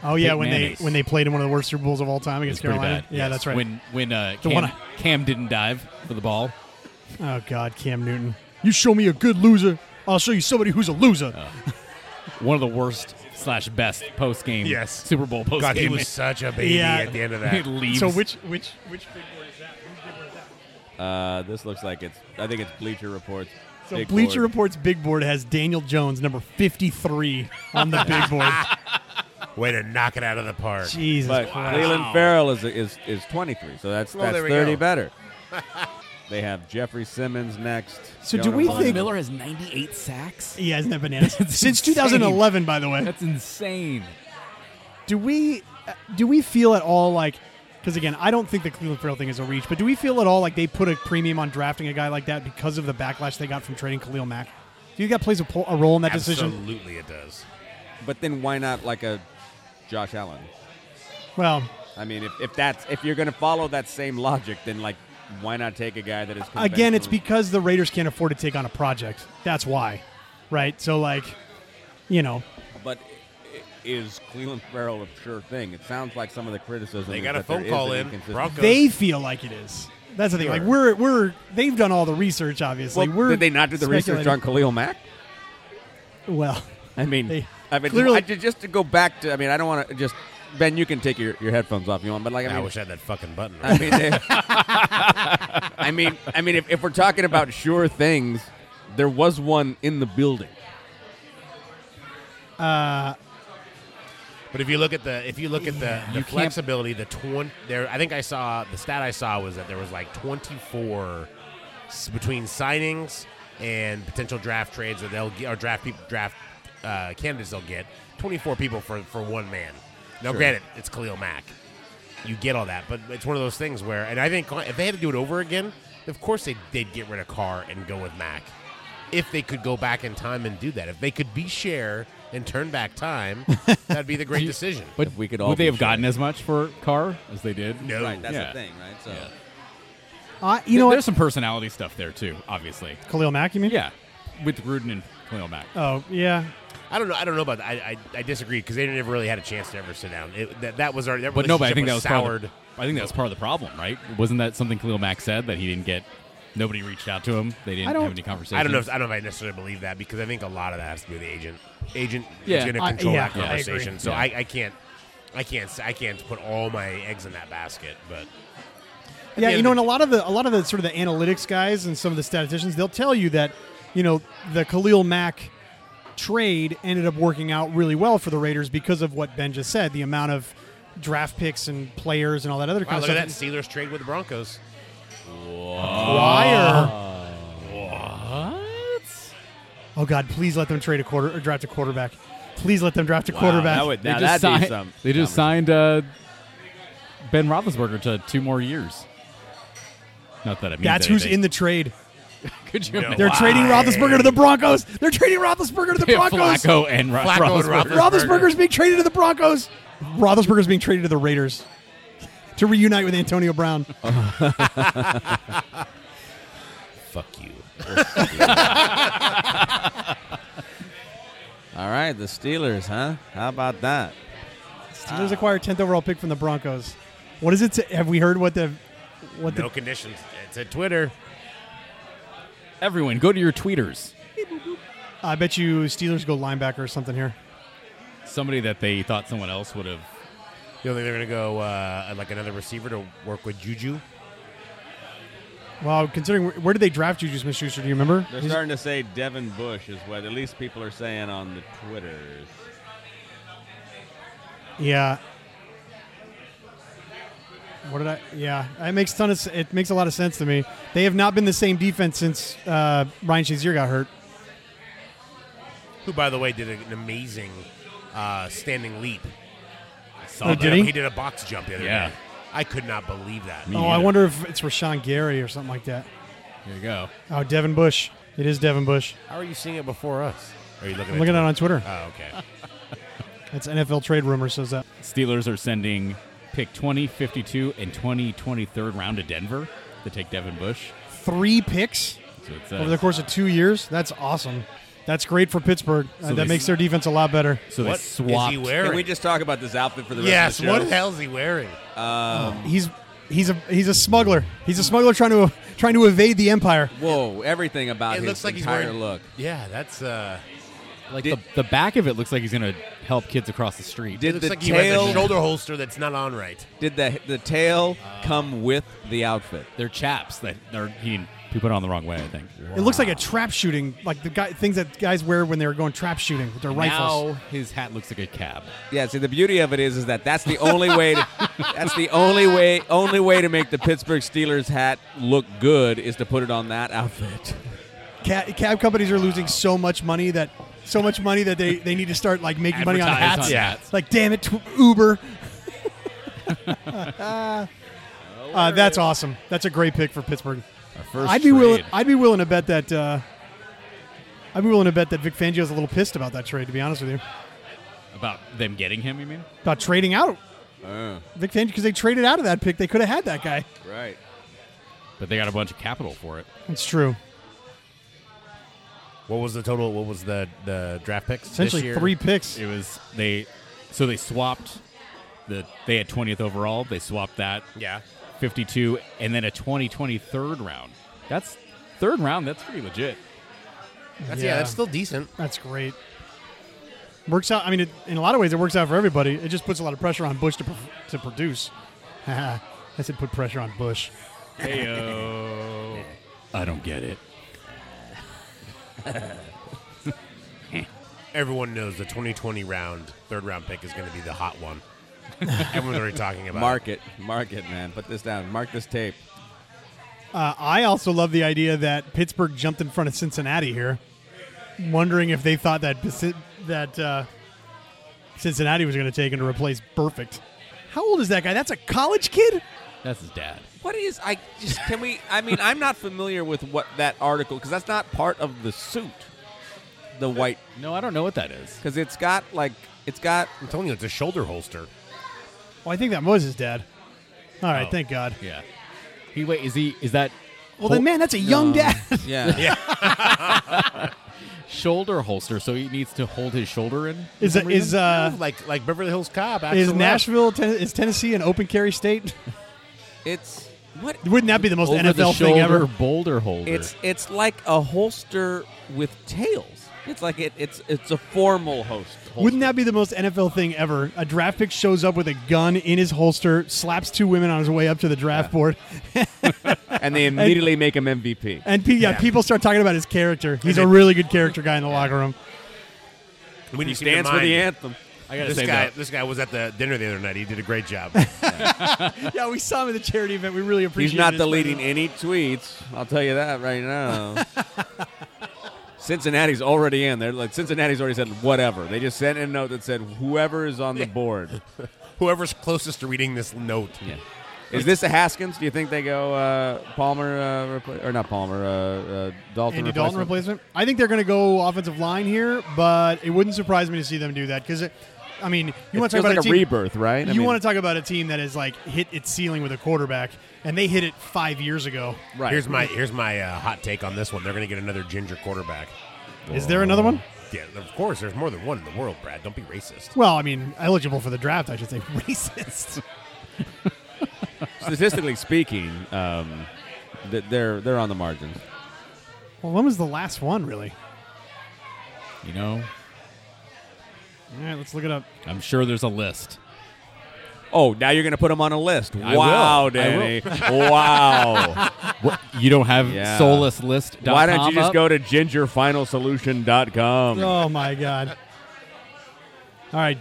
Speaker 2: Oh, yeah,
Speaker 3: Peyton
Speaker 2: when they
Speaker 3: Manning's.
Speaker 2: when they played in one of the worst Super Bowls of all time
Speaker 3: It was
Speaker 2: against
Speaker 3: pretty
Speaker 2: Carolina.
Speaker 3: bad.
Speaker 2: Yeah, that's right.
Speaker 3: When when uh,
Speaker 2: The
Speaker 3: Cam,
Speaker 2: one I-
Speaker 3: Cam didn't dive for the ball.
Speaker 2: Oh God, Cam Newton. You show me a good loser, I'll show you somebody who's a loser.
Speaker 3: One of the worst slash best post game
Speaker 1: Yes.
Speaker 3: Super Bowl post
Speaker 1: God, he
Speaker 3: game.
Speaker 1: was such a baby
Speaker 2: Yeah.
Speaker 1: at the end of
Speaker 3: He
Speaker 1: that.
Speaker 3: leaves.
Speaker 2: so which which which big board is that? Whose big board is that?
Speaker 5: Uh, this looks like it's. I think it's Bleacher Report's.
Speaker 2: So
Speaker 5: big
Speaker 2: Bleacher
Speaker 5: board.
Speaker 2: Report's big board has Daniel Jones number fifty three on the big board.
Speaker 1: Way to knock it out of the park.
Speaker 2: Jesus
Speaker 5: But
Speaker 2: Christ.
Speaker 5: Cleveland Farrell is is is 23, so that's
Speaker 1: Well,
Speaker 5: that's
Speaker 1: there we
Speaker 5: 30
Speaker 1: go.
Speaker 5: better. they have Jeffrey Simmons next.
Speaker 2: So do
Speaker 5: Jonah
Speaker 2: we
Speaker 5: Wilson.
Speaker 2: think-
Speaker 3: Miller has 98 sacks.
Speaker 2: Yeah, isn't that bananas? Since
Speaker 3: insane.
Speaker 2: 2011, by the way,
Speaker 3: That's insane.
Speaker 2: do we uh, do we feel at all like? Because again, I don't think the Cleveland Farrell thing is a reach, but do we feel at all like they put a premium on drafting a guy like that because of the backlash they got from trading Khalil Mack? Do you think that plays a, po- a role in that decision?
Speaker 1: Absolutely, it does.
Speaker 5: But then why not like a Josh Allen?
Speaker 2: Well,
Speaker 5: I mean, if, if that's if you're going to follow that same logic, then like why not take a guy that is
Speaker 2: again, it's
Speaker 5: conventionally-
Speaker 2: because the Raiders can't afford to take on a project. That's why, right? So like, you know,
Speaker 5: but i- is Cleveland Farrell a sure thing? It sounds like some of the criticism
Speaker 1: They
Speaker 5: is
Speaker 1: got a
Speaker 5: that there
Speaker 1: phone
Speaker 5: is
Speaker 1: call
Speaker 5: an
Speaker 1: in.
Speaker 5: inconsistency.
Speaker 1: Broncos.
Speaker 2: they feel like it is. That's the thing. Like
Speaker 1: Sure.
Speaker 2: we're we're they've done all the research. Obviously,
Speaker 5: Well,
Speaker 2: we're
Speaker 5: did they not do the research on
Speaker 2: speculating.
Speaker 5: Khalil Mack?
Speaker 2: Well,
Speaker 5: I mean,
Speaker 2: They-
Speaker 5: I mean,
Speaker 2: clearly-
Speaker 5: I, ju- just to go back to, I mean, I don't want to just Ben. You can take your, your headphones off if you want, but like, I
Speaker 1: I,
Speaker 5: mean,
Speaker 1: wish I had that fucking button.
Speaker 5: I mean, they- I mean, I mean, if, if we're talking about sure things, there was one in the building.
Speaker 1: But if you look at the if you look at the, the
Speaker 3: You can't-
Speaker 1: flexibility, the twenty there, I think I saw the stat I saw was that there was like twenty four between signings and potential draft trades that they'll get or draft people draft uh, candidates they'll get twenty four people for for one man. Now, granted, it's Khalil Mack, you get all that. But it's one of those things where, and I think Cl- if they had to do it over again, of course they, they'd get rid of Carr and go with Mac. If they could go back in time and do that, if they could be share and turn back time, that'd be the great decision.
Speaker 3: But
Speaker 5: If we could all
Speaker 3: would they
Speaker 5: be
Speaker 3: have
Speaker 5: sure.
Speaker 3: gotten as much for Carr as they did?
Speaker 1: No,
Speaker 5: Right, that's
Speaker 3: Yeah.
Speaker 5: the thing, right? So
Speaker 3: Yeah.
Speaker 2: Uh, you know
Speaker 3: there's
Speaker 2: what?
Speaker 3: some personality stuff there too, obviously.
Speaker 2: Khalil Mack, you mean?
Speaker 3: Yeah, with Gruden and Khalil Mack.
Speaker 2: Oh, yeah.
Speaker 1: I don't know. I don't know about that. I I, I disagree because they never really had a chance to ever sit down. It, that, that was our. That
Speaker 3: But no, but
Speaker 1: relationship
Speaker 3: I think that was part of
Speaker 1: soured.
Speaker 3: the, I think that was part of the problem, right? Wasn't that something Khalil Mack said that he didn't get? Nobody reached out to him. They didn't
Speaker 2: I don't-
Speaker 3: have any conversation.
Speaker 1: I don't know. If, I don't know if I necessarily believe that because I think a lot of that has to do with the agent. Agent
Speaker 3: Yeah.
Speaker 1: is going to
Speaker 2: I-
Speaker 1: control
Speaker 2: yeah,
Speaker 1: that
Speaker 2: yeah, I agree.
Speaker 1: conversation, so
Speaker 3: Yeah.
Speaker 1: I, I can't. I can't. s- I can't put all my eggs in that basket. But
Speaker 2: Yeah,
Speaker 1: the
Speaker 2: you
Speaker 1: end
Speaker 2: know,
Speaker 1: of
Speaker 2: and
Speaker 1: the
Speaker 2: a lot of the a lot of the sort of the analytics guys and some of the statisticians, they'll tell you that, you know, the Khalil Mack trade ended up working out really well for the Raiders because of what Ben just said, the amount of draft picks and players and all that other
Speaker 1: wow,
Speaker 2: kind
Speaker 1: look at that
Speaker 2: of stuff.
Speaker 1: Steelers trade with the Broncos.
Speaker 2: Wire.
Speaker 1: Uh,
Speaker 3: What?
Speaker 2: Oh God, please let them trade a quarter or draft a quarterback. Please let them draft a
Speaker 5: Wow,
Speaker 2: quarterback.
Speaker 5: that would,
Speaker 3: They
Speaker 5: now
Speaker 3: just
Speaker 5: that'd be
Speaker 3: signed.
Speaker 5: some
Speaker 3: They just
Speaker 5: conversation.
Speaker 3: signed uh, Ben Roethlisberger to two more years. Not that it means
Speaker 2: That's who's
Speaker 3: anything.
Speaker 2: in the trade.
Speaker 3: Could you? imagine?
Speaker 2: They're trading Roethlisberger to the Broncos. They're trading Roethlisberger to the
Speaker 3: Yeah,
Speaker 2: Broncos.
Speaker 3: Flacco and Ro-
Speaker 1: Flacco and
Speaker 3: Roethlisberger.
Speaker 1: Roethlisberger.
Speaker 2: Roethlisberger's being traded to the Broncos. Roethlisberger's being traded to the Raiders to reunite with Antonio Brown.
Speaker 1: Fuck you.
Speaker 5: All right, the Steelers, huh? How about that?
Speaker 2: Steelers acquired 10th overall pick from the Broncos. What is it? To, have we heard what the what
Speaker 1: No conditions. It's at Twitter.
Speaker 3: Everyone, go to your tweeters.
Speaker 2: the? I bet you Steelers go linebacker or something here.
Speaker 3: Somebody that they thought someone else would have.
Speaker 1: You don't think they're going to go uh, like another receiver to work with Juju?
Speaker 2: Wow, considering where, where did they draft Juju Smith-Schuster? Do you remember?
Speaker 5: They're
Speaker 2: He's-
Speaker 5: starting to say Devin Bush is what at least people are saying on the Twitters.
Speaker 2: Yeah. What did I? Yeah, it makes ton of. s- It makes a lot of sense to me. They have not been the same defense since uh, Ryan Shazier got hurt.
Speaker 1: Who, by the way, did an amazing uh, standing leap. I saw
Speaker 2: Oh,
Speaker 1: that.
Speaker 2: did he?
Speaker 1: did a box jump the other
Speaker 3: Yeah.
Speaker 1: day. I could not believe that.
Speaker 2: oh, I wonder if it's Rashawn Gary or something like that.
Speaker 3: Here you go.
Speaker 2: Oh, Devin Bush. It is Devin Bush.
Speaker 1: How are you seeing it before us? Are you looking
Speaker 2: I'm looking at it
Speaker 1: at
Speaker 2: on Twitter.
Speaker 1: Oh, okay.
Speaker 2: It's NFL trade rumor says that.
Speaker 3: Steelers are sending pick 20, 52, and 20, 23rd round to Denver to take Devin Bush.
Speaker 2: Three picks
Speaker 3: So it's, uh,
Speaker 2: over the course of two years. That's awesome. That's great for Pittsburgh. Uh,
Speaker 3: So
Speaker 2: that
Speaker 3: they-
Speaker 2: makes their defense a lot better.
Speaker 3: so
Speaker 1: What
Speaker 3: they
Speaker 1: is
Speaker 3: swapped.
Speaker 1: he
Speaker 5: Can
Speaker 1: wearing?
Speaker 5: we just talk about this outfit for the rest
Speaker 1: yes,
Speaker 5: of the show?
Speaker 1: what the hell is he wearing?
Speaker 2: He's he's a he's a smuggler. He's a smuggler trying to trying to evade the empire.
Speaker 5: Whoa, everything about
Speaker 1: it
Speaker 5: his
Speaker 1: looks like he's
Speaker 5: entire
Speaker 1: wearing.
Speaker 5: look.
Speaker 1: Yeah, that's. uh
Speaker 3: like the, the back of it looks like he's going to help kids across the street.
Speaker 5: Did
Speaker 1: Looks
Speaker 5: the
Speaker 1: like he
Speaker 5: tail
Speaker 1: has a shoulder holster that's not on right.
Speaker 5: did the the tail come with the outfit?
Speaker 3: They're chaps that are he, he put on the wrong way, I think.
Speaker 2: It looks like a trap shooting, like the guy things that guys wear when they're going trap shooting with their rifles.
Speaker 3: Now his hat looks like a cab.
Speaker 5: Yeah, see the beauty of it is is that that's the only way to, that's the only way only way to make the Pittsburgh Steelers hat look good is to put it on that outfit.
Speaker 2: Cab, cab companies are losing so much money that so much money that they, they need to start like making money on
Speaker 3: Advertise
Speaker 2: hats.
Speaker 3: on Yeah. hats.
Speaker 2: Like damn it, tw- Uber. uh, that's awesome. That's a great pick for Pittsburgh.
Speaker 3: Our first
Speaker 2: I'd be
Speaker 3: trade.
Speaker 2: willing. I'd be willing to bet that. Uh, I'd be willing to bet that Vic Fangio's a little pissed about that trade. To be honest with you,
Speaker 3: About them getting him, you mean?
Speaker 2: about trading out
Speaker 1: Uh.
Speaker 5: Oh,
Speaker 2: Vic Fangio because they traded out of that pick. They could have had that guy.
Speaker 5: right.
Speaker 3: But they got a bunch of capital for it.
Speaker 2: It's true.
Speaker 1: What was the total? What was the the draft picks? this
Speaker 2: Essentially
Speaker 1: year?
Speaker 2: three picks.
Speaker 3: It was they so they swapped the they had 20th overall, they swapped that
Speaker 1: Yeah.
Speaker 3: 52 and then a 2023rd round. That's third round, that's pretty legit.
Speaker 1: That's, yeah. that's still decent.
Speaker 2: That's great. Works out. I mean, it, in a lot of ways, it works out for everybody. It just puts a lot of pressure on Bush to, pro- to produce. I said put pressure on Bush.
Speaker 3: Heyo. I don't get it.
Speaker 1: Everyone knows the 2020 round, third round pick is going to be the hot one. Everyone's already talking about.
Speaker 5: Mark it, mark it, man. Put this down. Mark this tape.
Speaker 2: Uh, I also love the idea that Pittsburgh jumped in front of Cincinnati here, wondering if they thought that Pis- that uh, Cincinnati was going to take him to replace Perfect.
Speaker 1: it.
Speaker 2: How old is that guy? That's a college kid?
Speaker 3: That's his dad.
Speaker 5: What is I just can we? I mean, I'm not familiar with what that article because that's not part of the suit. The white
Speaker 3: No, I don't know what that is.
Speaker 5: because it's got like it's got
Speaker 1: I'm telling you, it's a shoulder holster.
Speaker 2: Oh, I think that was his dad. All right, thank God.
Speaker 3: Yeah. He wait is he is that
Speaker 2: Well, then, man, that's a
Speaker 5: Um,
Speaker 2: young dad.
Speaker 5: yeah.
Speaker 3: shoulder holster? So he needs to hold his shoulder in.
Speaker 2: is
Speaker 1: For some
Speaker 2: is
Speaker 1: reason?
Speaker 2: uh
Speaker 1: like like Beverly Hills Cop.
Speaker 2: is
Speaker 1: Axl
Speaker 2: Nashville ten- is Tennessee an open carry state?
Speaker 5: It's what
Speaker 2: Wouldn't that be the most
Speaker 3: Over the
Speaker 2: NFL thing
Speaker 3: shoulder
Speaker 2: ever?
Speaker 3: Boulder holder.
Speaker 5: it's it's like a holster with tails. It's like it, it's it's a formal host. Holster.
Speaker 2: Wouldn't that be the most NFL thing ever? A draft pick shows up with a gun in his holster, slaps two women on his way up to the draft board,
Speaker 5: and they immediately make him MVP.
Speaker 2: and pe- yeah, people start talking about his character. He's a really good character guy in the locker room.
Speaker 1: Rap. When
Speaker 5: He
Speaker 1: you keep in
Speaker 5: stands for
Speaker 1: mind,
Speaker 5: the anthem.
Speaker 3: I gotta
Speaker 1: This
Speaker 3: say
Speaker 1: guy,
Speaker 3: that.
Speaker 1: this guy was at the dinner the other night. He did a great job.
Speaker 2: Yeah, we saw him at the charity event. We really appreciate.
Speaker 5: He's not deleting any tweets. I'll tell you that right now. Cincinnati's already in. They're like Cincinnati's already said whatever. They just sent a note that said whoever is on the board.
Speaker 1: Whoever's closest to reading this note. Yeah.
Speaker 5: Is this a Haskins? Do you think they go uh, Palmer uh, repla- or not Palmer? Uh, uh, Dalton.
Speaker 2: Andy
Speaker 5: replacement?
Speaker 2: Dalton replacement. I think they're going to go offensive line here, but it wouldn't surprise me to see them do that because, I mean, you
Speaker 5: It
Speaker 2: want to
Speaker 5: feels
Speaker 2: talk about
Speaker 5: like
Speaker 2: a team,
Speaker 5: rebirth, right?
Speaker 2: You want to talk about a team that has like hit its ceiling with a quarterback, and they hit it five years ago.
Speaker 5: to right?
Speaker 1: Here's my here's my uh, hot take on this one. They're going to get another ginger quarterback.
Speaker 2: Is there another one?
Speaker 1: Yeah, of course. There's more than one in the world, Brad. Don't be racist.
Speaker 2: Well, I mean, eligible for the draft, I should say. Racist.
Speaker 5: statistically speaking, um, th- they're they're on the margins.
Speaker 2: well, when was the last one, really?
Speaker 3: You know,
Speaker 2: All right, let's look it up.
Speaker 3: I'm sure there's a list.
Speaker 5: Oh, now you're going to put them on a list.
Speaker 3: I
Speaker 5: wow,
Speaker 3: will. I
Speaker 5: Danny. wow.
Speaker 3: You don't have
Speaker 5: Yeah.
Speaker 3: soullesslist.
Speaker 5: Why don't you just go to gingerfinalsolution.com?
Speaker 2: Oh my god! All right.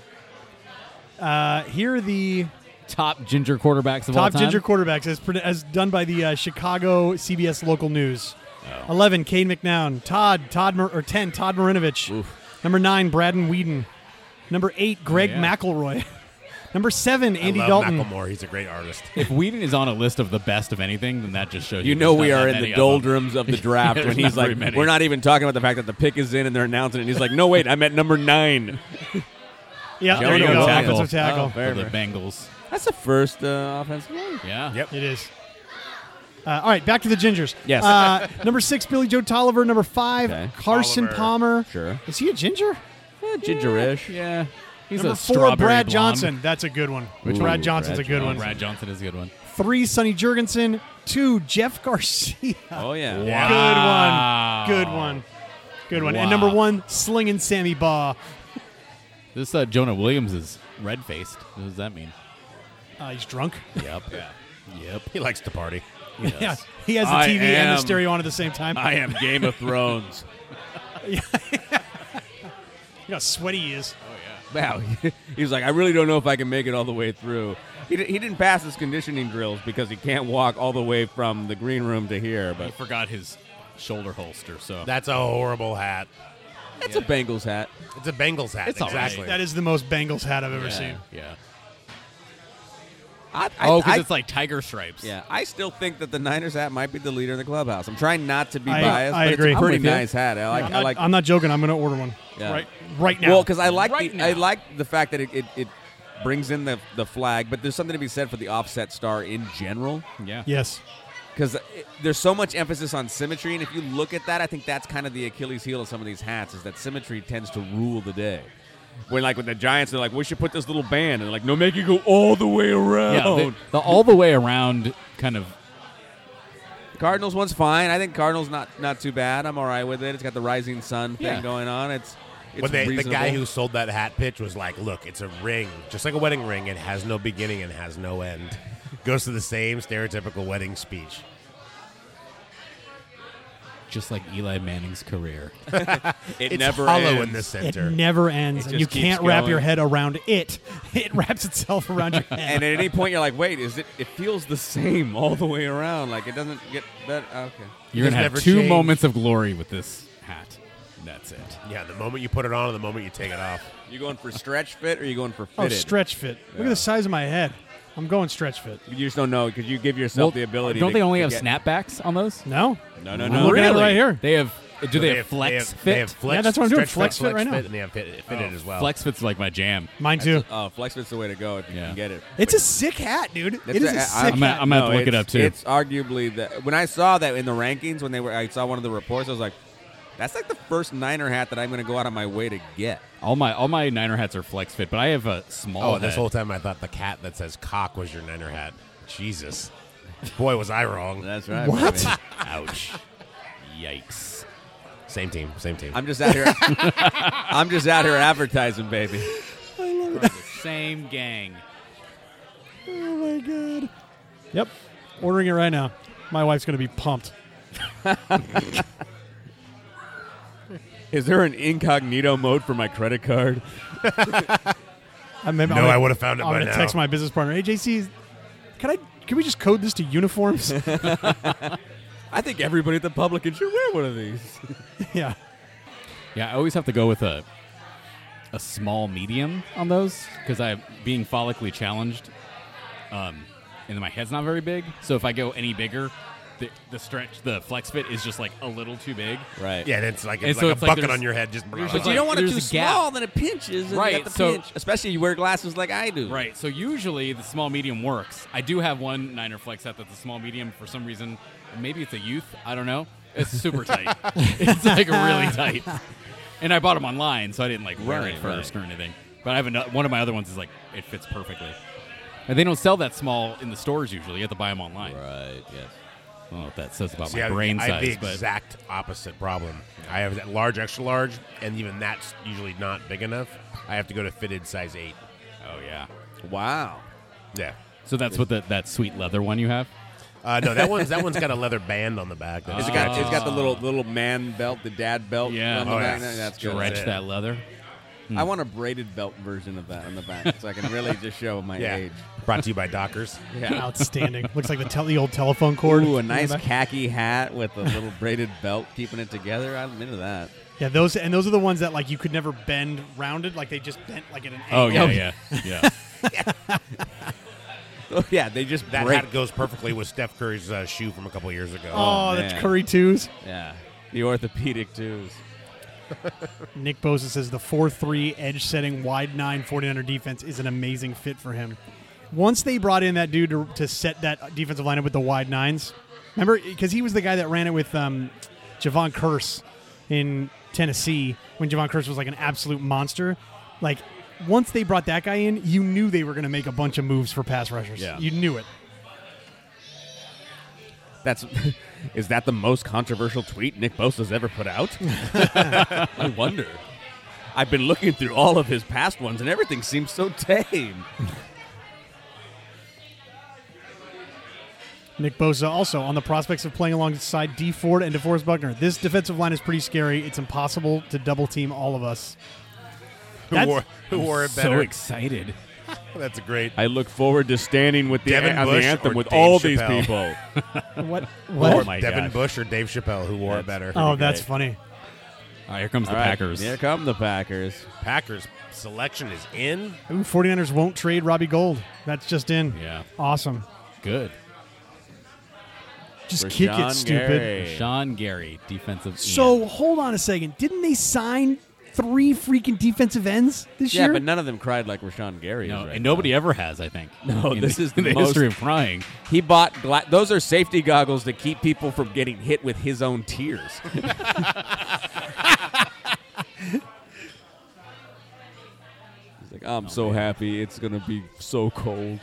Speaker 2: Uh, here are the
Speaker 3: top ginger quarterbacks of all
Speaker 2: top
Speaker 3: time?
Speaker 2: ginger quarterbacks as, pre- as done by the uh, Chicago CBS local news. Eleven, Kane McNown. Todd, Todd, Mar- or ten, Todd Marinovich. Number nine, Braden Whedon. Number eight, Greg
Speaker 3: Yeah.
Speaker 2: McElroy. Number seven, Andy
Speaker 1: I love
Speaker 2: Dalton.
Speaker 1: Macklemore. He's a great artist.
Speaker 3: If Whedon is on a list of the best of anything, then that just shows
Speaker 5: You
Speaker 3: there's
Speaker 5: know we
Speaker 3: not
Speaker 5: are
Speaker 3: that
Speaker 5: in
Speaker 3: many
Speaker 5: the
Speaker 3: of them.
Speaker 5: doldrums of the draft when
Speaker 3: There's
Speaker 5: he's
Speaker 3: not very
Speaker 5: like,
Speaker 3: many.
Speaker 5: we're not even talking about the fact that the pick is in and they're announcing it. And he's like, no, wait, I'm at number nine.
Speaker 2: Yeah,
Speaker 3: There you go, tackle.
Speaker 2: Offensive tackle.
Speaker 5: Oh, very,
Speaker 3: For the
Speaker 5: very-
Speaker 3: Bengals.
Speaker 5: That's the first uh, offensive line.
Speaker 3: Yeah.
Speaker 1: Yep.
Speaker 2: It is. Uh, all right, back to the gingers.
Speaker 5: Yes.
Speaker 2: Uh, number six, Billy Joe Tolliver. Number five,
Speaker 5: Okay.
Speaker 2: Carson
Speaker 1: Tolliver.
Speaker 2: Palmer.
Speaker 5: Sure.
Speaker 2: Is he a ginger?
Speaker 5: Yeah, gingerish.
Speaker 3: Yeah. He's
Speaker 2: number
Speaker 3: a
Speaker 2: four,
Speaker 3: strawberry
Speaker 2: Brad
Speaker 3: blonde.
Speaker 2: Johnson. That's a good one.
Speaker 5: Which
Speaker 2: Brad
Speaker 5: one?
Speaker 2: Johnson's
Speaker 5: Brad
Speaker 2: a good
Speaker 5: Johnson.
Speaker 3: Oh,
Speaker 2: one.
Speaker 3: Brad Johnson is a good one.
Speaker 2: Three, Sonny Jurgensen. Two, Jeff Garcia.
Speaker 5: Oh, yeah.
Speaker 3: Wow.
Speaker 2: Good one. Good one. Good one. And
Speaker 3: Wow.
Speaker 2: number one, Slingin' Sammy Baugh.
Speaker 3: This uh, Jonah Williams is red faced. What does that mean?
Speaker 2: Uh, he's drunk.
Speaker 3: Yep. yeah. Yep.
Speaker 1: He likes to party.
Speaker 2: Yeah. He has the
Speaker 5: I
Speaker 2: TV and the
Speaker 5: am-
Speaker 2: stereo on at the same time.
Speaker 5: I am Game of Thrones.
Speaker 2: you know how sweaty he is.
Speaker 5: Wow. he was like, I really don't know if I can make it all the way through. He, di- he didn't pass his conditioning drills because he can't walk all the way from the green room to here,
Speaker 3: He
Speaker 5: but
Speaker 3: forgot his shoulder holster, so
Speaker 1: That's a horrible hat.
Speaker 5: it's a Bengals hat.
Speaker 1: It's a Bengals hat.
Speaker 3: It's all right.
Speaker 1: exactly.
Speaker 2: That is the most Bengals hat I've ever seen.
Speaker 3: Yeah.
Speaker 5: I, I,
Speaker 3: Oh, because
Speaker 5: I-
Speaker 3: it's like tiger stripes.
Speaker 5: yeah, I still think that the Niners hat might be the leader in the clubhouse. I'm trying not to be
Speaker 2: I-
Speaker 5: biased,
Speaker 2: I
Speaker 5: but
Speaker 2: agree.
Speaker 5: it's
Speaker 2: I'm
Speaker 5: a pretty
Speaker 2: with you.
Speaker 5: nice hat. I like,
Speaker 2: I'm
Speaker 5: I
Speaker 2: not,
Speaker 5: like
Speaker 2: I'm not joking. I'm going to order one
Speaker 5: Yeah.
Speaker 2: right, right now.
Speaker 5: Well, because I like
Speaker 3: Right
Speaker 5: the, I
Speaker 3: now.
Speaker 5: like the fact that it, it, it brings in the, the flag, but there's something to be said for the offset star in general.
Speaker 3: Yeah.
Speaker 2: yes,
Speaker 5: because there's so much emphasis on symmetry and if you look at that i think that's kind of the achilles heel of some of these hats is that symmetry tends to rule the day when like with the giants they're like we should put this little band and they're like no make it go all the way around
Speaker 3: Yeah, the, the all the way around kind of
Speaker 5: cardinals one's fine i think cardinals not not too bad i'm all right with it it's got the rising sun thing
Speaker 3: Yeah.
Speaker 5: going on it's it's
Speaker 1: When they, the guy
Speaker 5: reasonable.
Speaker 1: who sold that hat pitch was like, "Look, it's a ring, just like a wedding ring. It has no beginning and has no end." Goes to the same stereotypical wedding speech.
Speaker 3: just like Eli Manning's career.
Speaker 5: it
Speaker 1: It's
Speaker 5: never
Speaker 1: hollow
Speaker 5: ends.
Speaker 1: in the
Speaker 2: it
Speaker 1: center.
Speaker 2: never ends,
Speaker 5: It
Speaker 2: and you
Speaker 5: just keeps
Speaker 2: can't wrap
Speaker 5: going.
Speaker 2: your head around it. It wraps itself around your head.
Speaker 5: and at any point you're like wait is it it feels the same all the way around like it doesn't get better Oh, okay
Speaker 3: You're
Speaker 1: It's
Speaker 3: gonna have
Speaker 1: never
Speaker 3: two
Speaker 1: changed.
Speaker 3: moments of glory with this hat. That's it.
Speaker 1: Yeah, the moment you put it on and the moment you take it off.
Speaker 5: You going for stretch fit or you going for
Speaker 2: Oh,
Speaker 5: fitted?
Speaker 2: stretch fit. Look at
Speaker 5: Yeah.
Speaker 2: the size of my head. I'm going stretch fit.
Speaker 5: You just don't know because you give yourself
Speaker 3: Well,
Speaker 5: the ability.
Speaker 3: Don't
Speaker 5: to-
Speaker 3: they only
Speaker 5: to
Speaker 3: have
Speaker 5: get-
Speaker 3: snapbacks on those?
Speaker 2: No,
Speaker 5: No, no,
Speaker 2: I'm
Speaker 5: no.
Speaker 2: looking at it right here.
Speaker 3: They have. Do they,
Speaker 1: They
Speaker 3: have
Speaker 1: have-
Speaker 3: flex
Speaker 1: they have-
Speaker 3: fit?
Speaker 1: They have flex,
Speaker 2: Yeah, that's what I'm doing,
Speaker 1: stretch
Speaker 2: flex fit right now. Oh,
Speaker 1: fit, and they have fit, fitted as well.
Speaker 3: Flex fit's like my jam.
Speaker 2: mine too.
Speaker 5: Oh, flex fit's the way to go if you
Speaker 3: Yeah.
Speaker 5: can get it.
Speaker 2: It's a sick hat, dude. It
Speaker 5: That's
Speaker 2: is a
Speaker 5: a- I-
Speaker 2: sick
Speaker 3: I'm gonna,
Speaker 2: hat.
Speaker 3: I'm gonna have to
Speaker 5: No,
Speaker 3: look it
Speaker 5: it's-
Speaker 3: up too.
Speaker 5: It's arguably the when I saw that in the rankings when they were, I saw one of the reports. I was like, that's like the first Niner hat that I'm going to go out of my way to get.
Speaker 3: All my all my Niner hats are flex fit, but I have a small.
Speaker 1: Oh, this
Speaker 3: head.
Speaker 1: whole time I thought the cat that says cock was your niner hat. Jesus. Boy, was I wrong.
Speaker 5: That's right.
Speaker 2: What?
Speaker 5: baby.
Speaker 1: Ouch.
Speaker 3: Yikes!
Speaker 1: Same team, same team.
Speaker 5: I'm just out here. I'm just out here advertising, baby.
Speaker 3: Same gang.
Speaker 2: Oh my god. Yep. Ordering it right now. My wife's gonna be pumped.
Speaker 5: Is there an incognito mode for my credit card?
Speaker 2: I maybe,
Speaker 1: No, I would've found it
Speaker 2: I'm
Speaker 1: by
Speaker 2: gonna
Speaker 1: now.
Speaker 2: text my business partner. Hey, JC, can I? Can we just code this to uniforms?
Speaker 5: I think everybody at the Publican should wear one of these.
Speaker 2: yeah.
Speaker 3: Yeah, I always have to go with a a small medium on those because I'm being follically challenged, um, and then my head's not very big. So if I go any bigger, the, the stretch, the flex fit is just like a little too big.
Speaker 5: Right.
Speaker 1: yeah, and it's like,
Speaker 3: And
Speaker 1: it's
Speaker 3: so
Speaker 1: like
Speaker 3: it's
Speaker 1: a
Speaker 3: like
Speaker 1: bucket
Speaker 3: there's-
Speaker 1: on your head. Just
Speaker 3: there's
Speaker 5: But
Speaker 3: like-
Speaker 5: you don't want it
Speaker 3: there's
Speaker 5: too
Speaker 3: a gap.
Speaker 5: small, then it pinches. and you
Speaker 3: Right,
Speaker 5: got the
Speaker 3: so-
Speaker 5: pinch. especially you wear glasses like I do.
Speaker 3: Right. So usually the small medium works. I do have one Niner Flex hat that's a small medium for some reason. Maybe it's a youth. I don't know. It's super tight. It's like really tight. And I bought them online, so I didn't like wear
Speaker 5: Right,
Speaker 3: it first or anything. But I have another, one of my other ones is like it fits perfectly. And they don't sell that small in the stores usually. You have to buy them online.
Speaker 5: Right. Yes.
Speaker 3: I don't know what that says about
Speaker 1: See,
Speaker 3: my
Speaker 1: I,
Speaker 3: brain
Speaker 1: I have
Speaker 3: size,
Speaker 1: the
Speaker 3: but
Speaker 1: exact opposite problem. I have that large, extra large, and even that's usually not big enough. I have to go to fitted size eight.
Speaker 3: oh yeah.
Speaker 5: Wow.
Speaker 1: Yeah.
Speaker 3: So that's what the, that sweet leather one you have.
Speaker 1: Uh, no, that one's that one's got a leather band on the back. that-
Speaker 5: It's got it's got the little little man belt, the dad belt.
Speaker 3: Yeah.
Speaker 5: on the
Speaker 1: Oh,
Speaker 5: back.
Speaker 1: yeah.
Speaker 5: That's good.
Speaker 3: Stretch
Speaker 1: it.
Speaker 3: that leather.
Speaker 5: I want a braided belt version of that on the back, so I can really just show my
Speaker 1: yeah.
Speaker 5: age.
Speaker 1: Brought to you by Dockers.
Speaker 5: Yeah.
Speaker 2: Outstanding. Looks like the, tel- the old telephone cord.
Speaker 5: Ooh, a nice khaki hat with a little braided belt keeping it together. I'm into that.
Speaker 2: Yeah, those and those are the ones that like you could never bend rounded, like they just bent like at an angle.
Speaker 3: Oh yeah, yeah, yeah.
Speaker 5: Oh, yeah, they just
Speaker 1: That
Speaker 5: break.
Speaker 1: hat goes perfectly with Steph Curry's uh, shoe from a couple years ago.
Speaker 2: Oh,
Speaker 5: Oh,
Speaker 2: that's
Speaker 5: man.
Speaker 2: curry twos.
Speaker 5: Yeah, the orthopedic twos.
Speaker 2: Nick Bosa says the 4 3 edge setting wide 9 49er defense is an amazing fit for him. Once they brought in that dude to, to set that defensive lineup with the wide nines, remember? Because he was the guy that ran it with um, Javon Curse in Tennessee when Javon Curse was like an absolute monster. Like, once they brought that guy in, you knew they were going to make a bunch of moves for pass rushers.
Speaker 3: Yeah.
Speaker 2: You knew it.
Speaker 5: That's is that the most controversial tweet Nick Bosa's ever put out? I wonder. I've been looking through all of his past ones, and everything seems so tame.
Speaker 2: Nick Bosa also on the prospects of playing alongside D Ford and DeForest Buckner. This defensive line is pretty scary. It's impossible to double team all of us.
Speaker 1: who
Speaker 2: that's-
Speaker 1: wore, who wore it
Speaker 3: so
Speaker 1: better?
Speaker 3: excited.
Speaker 1: That's a great.
Speaker 5: I look forward to standing with the,
Speaker 1: Devin
Speaker 5: on
Speaker 1: Bush
Speaker 5: the anthem
Speaker 1: or
Speaker 5: with
Speaker 1: Dave
Speaker 5: all
Speaker 1: Chappelle?
Speaker 5: these people.
Speaker 2: What?
Speaker 1: Or
Speaker 2: What?
Speaker 3: my
Speaker 1: Devin
Speaker 3: gosh.
Speaker 1: Bush or Dave Chappelle, who wore it better?
Speaker 2: Oh, that's funny.
Speaker 3: All right, here comes the
Speaker 5: All right,
Speaker 3: Packers.
Speaker 5: Here come the Packers.
Speaker 1: Packers selection is in.
Speaker 2: Ooh, 49ers won't trade Robbie Gold. That's just in.
Speaker 3: Yeah.
Speaker 2: Awesome.
Speaker 3: Good.
Speaker 2: Just kick it,
Speaker 5: Rashawn
Speaker 2: stupid.
Speaker 5: Gary.
Speaker 3: Sean Gary, defensive.
Speaker 2: So
Speaker 3: end.
Speaker 2: hold on a second. Didn't they sign three freaking defensive ends this
Speaker 5: Yeah,
Speaker 2: year?
Speaker 5: but none of them cried like Rashawn Gary.
Speaker 3: no,
Speaker 5: is right
Speaker 3: and nobody
Speaker 5: now.
Speaker 3: ever has. I think.
Speaker 5: No,
Speaker 3: In
Speaker 5: this is the
Speaker 3: in
Speaker 5: most-
Speaker 3: history of crying.
Speaker 5: He bought gla- those are safety goggles to keep people from getting hit with his own tears. He's like, I'm so happy. It's gonna be so cold.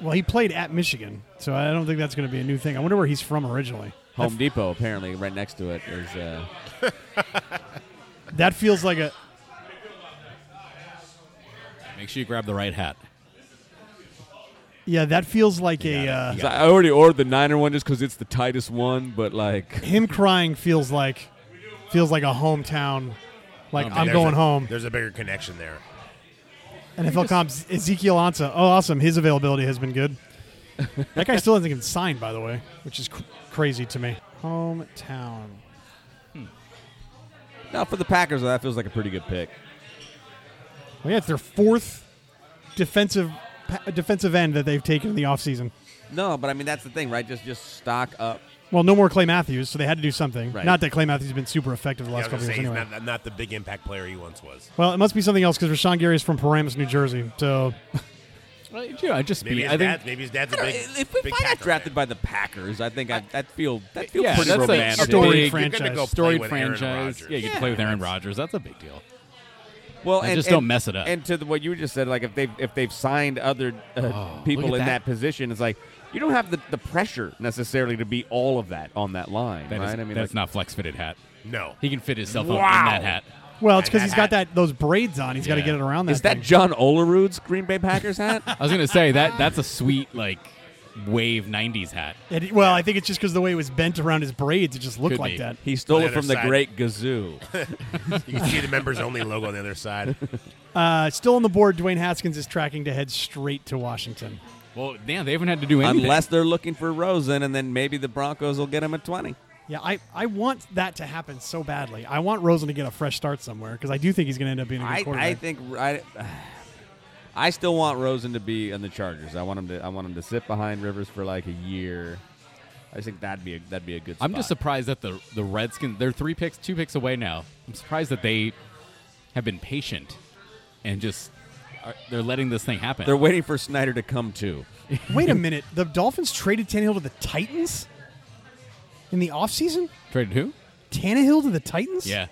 Speaker 2: well, he played at Michigan, so I don't think that's going to be a new thing. I wonder where he's from originally.
Speaker 5: Home Depot, apparently, right next to it is. Uh,
Speaker 2: That feels like a.
Speaker 3: Make sure you grab the right hat.
Speaker 2: Yeah, that feels like a. Uh,
Speaker 5: so I already ordered the Niner one just because it's the tightest one, but like,
Speaker 2: him crying feels like feels like a hometown like I'm
Speaker 1: Um, There's
Speaker 2: going
Speaker 1: a-
Speaker 2: home.
Speaker 1: There's a bigger connection there.
Speaker 2: NFL comps Ezekiel Ansa. Oh, awesome. His availability has been good. that guy still hasn't even signed by the way, which is cr- crazy to me. Hometown.
Speaker 5: Now for the Packers, though, that feels like a pretty good pick.
Speaker 2: Well, yeah, it's their fourth defensive pa- defensive end that they've taken in the offseason.
Speaker 5: No, but I mean that's the thing, right? Just just stock up.
Speaker 2: Well, no more Clay Matthews, so they had to do something.
Speaker 5: Right.
Speaker 2: Not that Clay Matthews has been super effective the
Speaker 1: I
Speaker 2: last
Speaker 1: was
Speaker 2: couple
Speaker 1: gonna say,
Speaker 2: years
Speaker 1: he's
Speaker 2: anyway.
Speaker 1: not, not the big impact player he once was.
Speaker 2: Well, it must be something else because Rashawn Gary is from Paramus, New Jersey. So
Speaker 3: Right, yeah, just
Speaker 1: Maybe
Speaker 3: be.
Speaker 1: his,
Speaker 3: I
Speaker 1: dad,
Speaker 3: think
Speaker 1: maybe his dad's a big.
Speaker 5: if if
Speaker 1: big
Speaker 5: I got
Speaker 1: tackle
Speaker 5: drafted
Speaker 1: fan.
Speaker 5: by the Packers, I think I that feel that feels
Speaker 3: Yeah,
Speaker 5: pretty
Speaker 3: that's a
Speaker 5: romantic.
Speaker 2: story
Speaker 3: big-
Speaker 1: You're gonna
Speaker 2: franchise.
Speaker 1: go play
Speaker 3: storied
Speaker 1: with Aaron
Speaker 3: franchise.
Speaker 1: Rodgers.
Speaker 3: Yeah, you can
Speaker 5: Yeah.
Speaker 3: play with Aaron Rodgers. That's a big deal.
Speaker 5: Well,
Speaker 3: Like,
Speaker 5: and,
Speaker 3: just
Speaker 5: and-
Speaker 3: don't mess it up.
Speaker 5: And to the, what you just said, like if they if they've signed other uh, people
Speaker 3: Oh, look
Speaker 5: in
Speaker 3: at
Speaker 5: that.
Speaker 3: that.
Speaker 5: position, it's like you don't have the, the pressure necessarily to be all of that on that line,
Speaker 3: That is-
Speaker 5: right? I mean,
Speaker 3: that's
Speaker 5: like,
Speaker 3: not flex fitted hat.
Speaker 1: No.
Speaker 3: He can fit himself up
Speaker 1: Wow.
Speaker 3: in that hat.
Speaker 2: Well, it's
Speaker 1: And
Speaker 2: because
Speaker 1: that
Speaker 2: he's got
Speaker 1: hat.
Speaker 2: that those braids on. He's got to
Speaker 3: Yeah.
Speaker 2: get it around that.
Speaker 5: is that
Speaker 2: thing.
Speaker 5: John Olerud's Green Bay Packers hat?
Speaker 3: I was gonna say that that's a sweet like wave '90s hat.
Speaker 2: And it- well, I think it's just because the way it was bent around his braids, it just looked
Speaker 3: Could
Speaker 2: like
Speaker 3: be.
Speaker 2: that.
Speaker 5: he stole
Speaker 1: the
Speaker 5: it
Speaker 1: other
Speaker 5: from the
Speaker 1: side.
Speaker 5: great Gazoo.
Speaker 1: You can see the members only logo on the other side.
Speaker 2: Uh, still on the board, Dwayne Haskins is tracking to head straight to Washington.
Speaker 3: Well, damn, they haven't had to do anything.
Speaker 5: Unless they're looking for Rosen, and then maybe the Broncos will get him at twenty.
Speaker 2: Yeah, I, I want that to happen so badly. I want Rosen to get a fresh start somewhere because I do think he's going to end up being a good
Speaker 5: I,
Speaker 2: quarterback.
Speaker 5: I think I, I still want Rosen to be in the Chargers. I want him to I want him to sit behind Rivers for like a year. I just think that'd be a, that'd be a good. Spot.
Speaker 3: I'm just surprised that the the Redskins they're three picks, two picks away now. I'm surprised that they have been patient and just are, they're letting this thing happen.
Speaker 5: They're waiting for Snyder to come to.
Speaker 2: Wait a minute. The Dolphins traded Tannehill to the Titans in the offseason?
Speaker 3: traded who?
Speaker 2: Tannehill to the Titans?
Speaker 3: Yeah,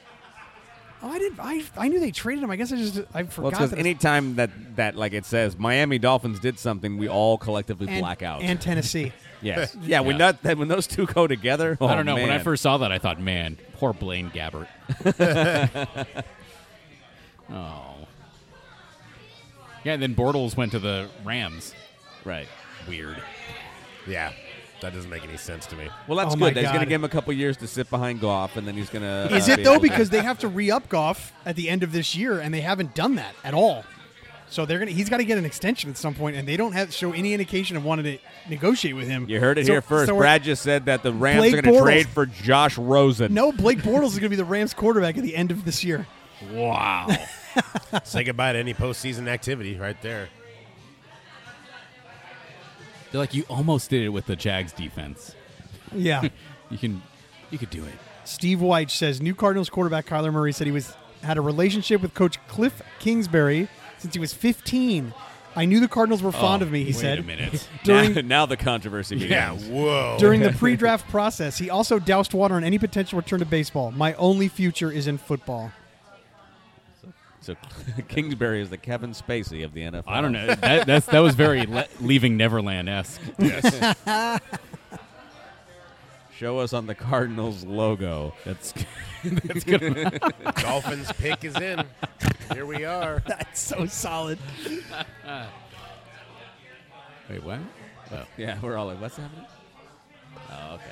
Speaker 2: Oh, I didn't. I, I knew they traded him. I guess I just I
Speaker 5: Well,
Speaker 2: forgot.
Speaker 5: because
Speaker 2: that
Speaker 5: anytime that that like it says Miami Dolphins did something, we all collectively
Speaker 2: and,
Speaker 5: black out.
Speaker 2: and Tennessee.
Speaker 5: yes, yeah. When
Speaker 3: Yeah.
Speaker 5: that, that when those two go together,
Speaker 3: I
Speaker 5: oh,
Speaker 3: don't know. When I
Speaker 5: man.
Speaker 3: first saw that, I thought, man, poor Blaine Gabbert. oh, yeah. And then Bortles went to the Rams.
Speaker 5: right.
Speaker 3: Weird.
Speaker 1: Yeah. That doesn't make any sense to me.
Speaker 5: Well, that's
Speaker 2: Oh, my
Speaker 5: good. He's going to
Speaker 2: God.
Speaker 5: give him a couple years to sit behind Goff, and then he's uh, going to.
Speaker 2: Is it though? Because they have to re up Goff at the end of this year, and they haven't done that at all. So they're gonna. He's got to get an extension at some point, and they don't have show any indication of wanting to negotiate with him.
Speaker 5: you heard it
Speaker 2: So-
Speaker 5: here first.
Speaker 2: so we're-
Speaker 5: Brad just said that the Rams
Speaker 2: Blake
Speaker 5: are going to
Speaker 2: Bortles-
Speaker 5: trade for Josh Rosen.
Speaker 2: No, Blake Bortles is going to be the Rams quarterback at the end of this year.
Speaker 3: Wow.
Speaker 1: Say goodbye to any postseason activity right there.
Speaker 3: they're like, you almost did it with the Jags defense.
Speaker 2: Yeah.
Speaker 3: You can, you could do it.
Speaker 2: Steve Weich says new Cardinals quarterback Kyler Murray said he was had a relationship with coach Cliff Kingsbury since he was 15. I knew the Cardinals were fond
Speaker 3: Oh,
Speaker 2: of me, he
Speaker 3: wait
Speaker 2: said.
Speaker 3: a minute.
Speaker 2: During
Speaker 5: now, now the controversy begins.
Speaker 1: Yeah. Whoa.
Speaker 2: during the pre-draft process, he also doused water on any potential return to baseball. My only future is in football.
Speaker 5: So Kingsbury is the Kevin Spacey of the NFL.
Speaker 3: I don't know. That, that's that was very le- leaving Neverland esque.
Speaker 1: yes.
Speaker 5: Show us on the Cardinals logo.
Speaker 3: That's
Speaker 1: Dolphins pick is in. Here we are.
Speaker 2: That's so solid.
Speaker 3: wait what? Oh,
Speaker 5: Yeah, we're all like, what's happening? Oh, okay.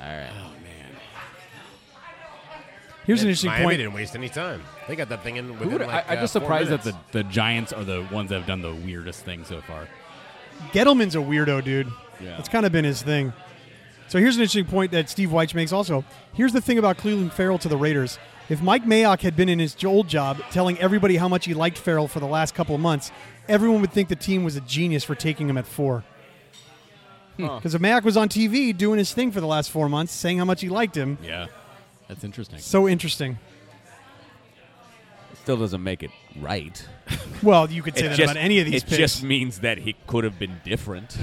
Speaker 5: All right.
Speaker 3: Oh, man.
Speaker 2: Here's an interesting
Speaker 1: Miami
Speaker 2: point.
Speaker 1: didn't waste any time. They got that thing in
Speaker 3: Who
Speaker 1: within
Speaker 3: would,
Speaker 1: like,
Speaker 3: I, I'm
Speaker 1: uh,
Speaker 3: just
Speaker 1: four
Speaker 3: surprised that
Speaker 1: minutes.
Speaker 3: the, the Giants are the ones that have done the weirdest thing so far.
Speaker 2: Gettleman's a weirdo, dude.
Speaker 5: Yeah.
Speaker 2: That's kind of been his thing. So here's an interesting point that Steve Weich makes also. Here's the thing about Cleveland Farrell to the Raiders. If Mike Mayock had been in his old job telling everybody how much he liked Farrell for the last couple of months, everyone would think the team was a genius for taking him at four. Because if Mayock was on TV doing his thing for the last four months, saying how much he liked him,
Speaker 3: Yeah, that's interesting.
Speaker 2: so interesting.
Speaker 5: Still doesn't make it right.
Speaker 2: Well, you could say that
Speaker 5: just,
Speaker 2: about any of these
Speaker 5: it
Speaker 2: picks.
Speaker 5: just means that he could have been different.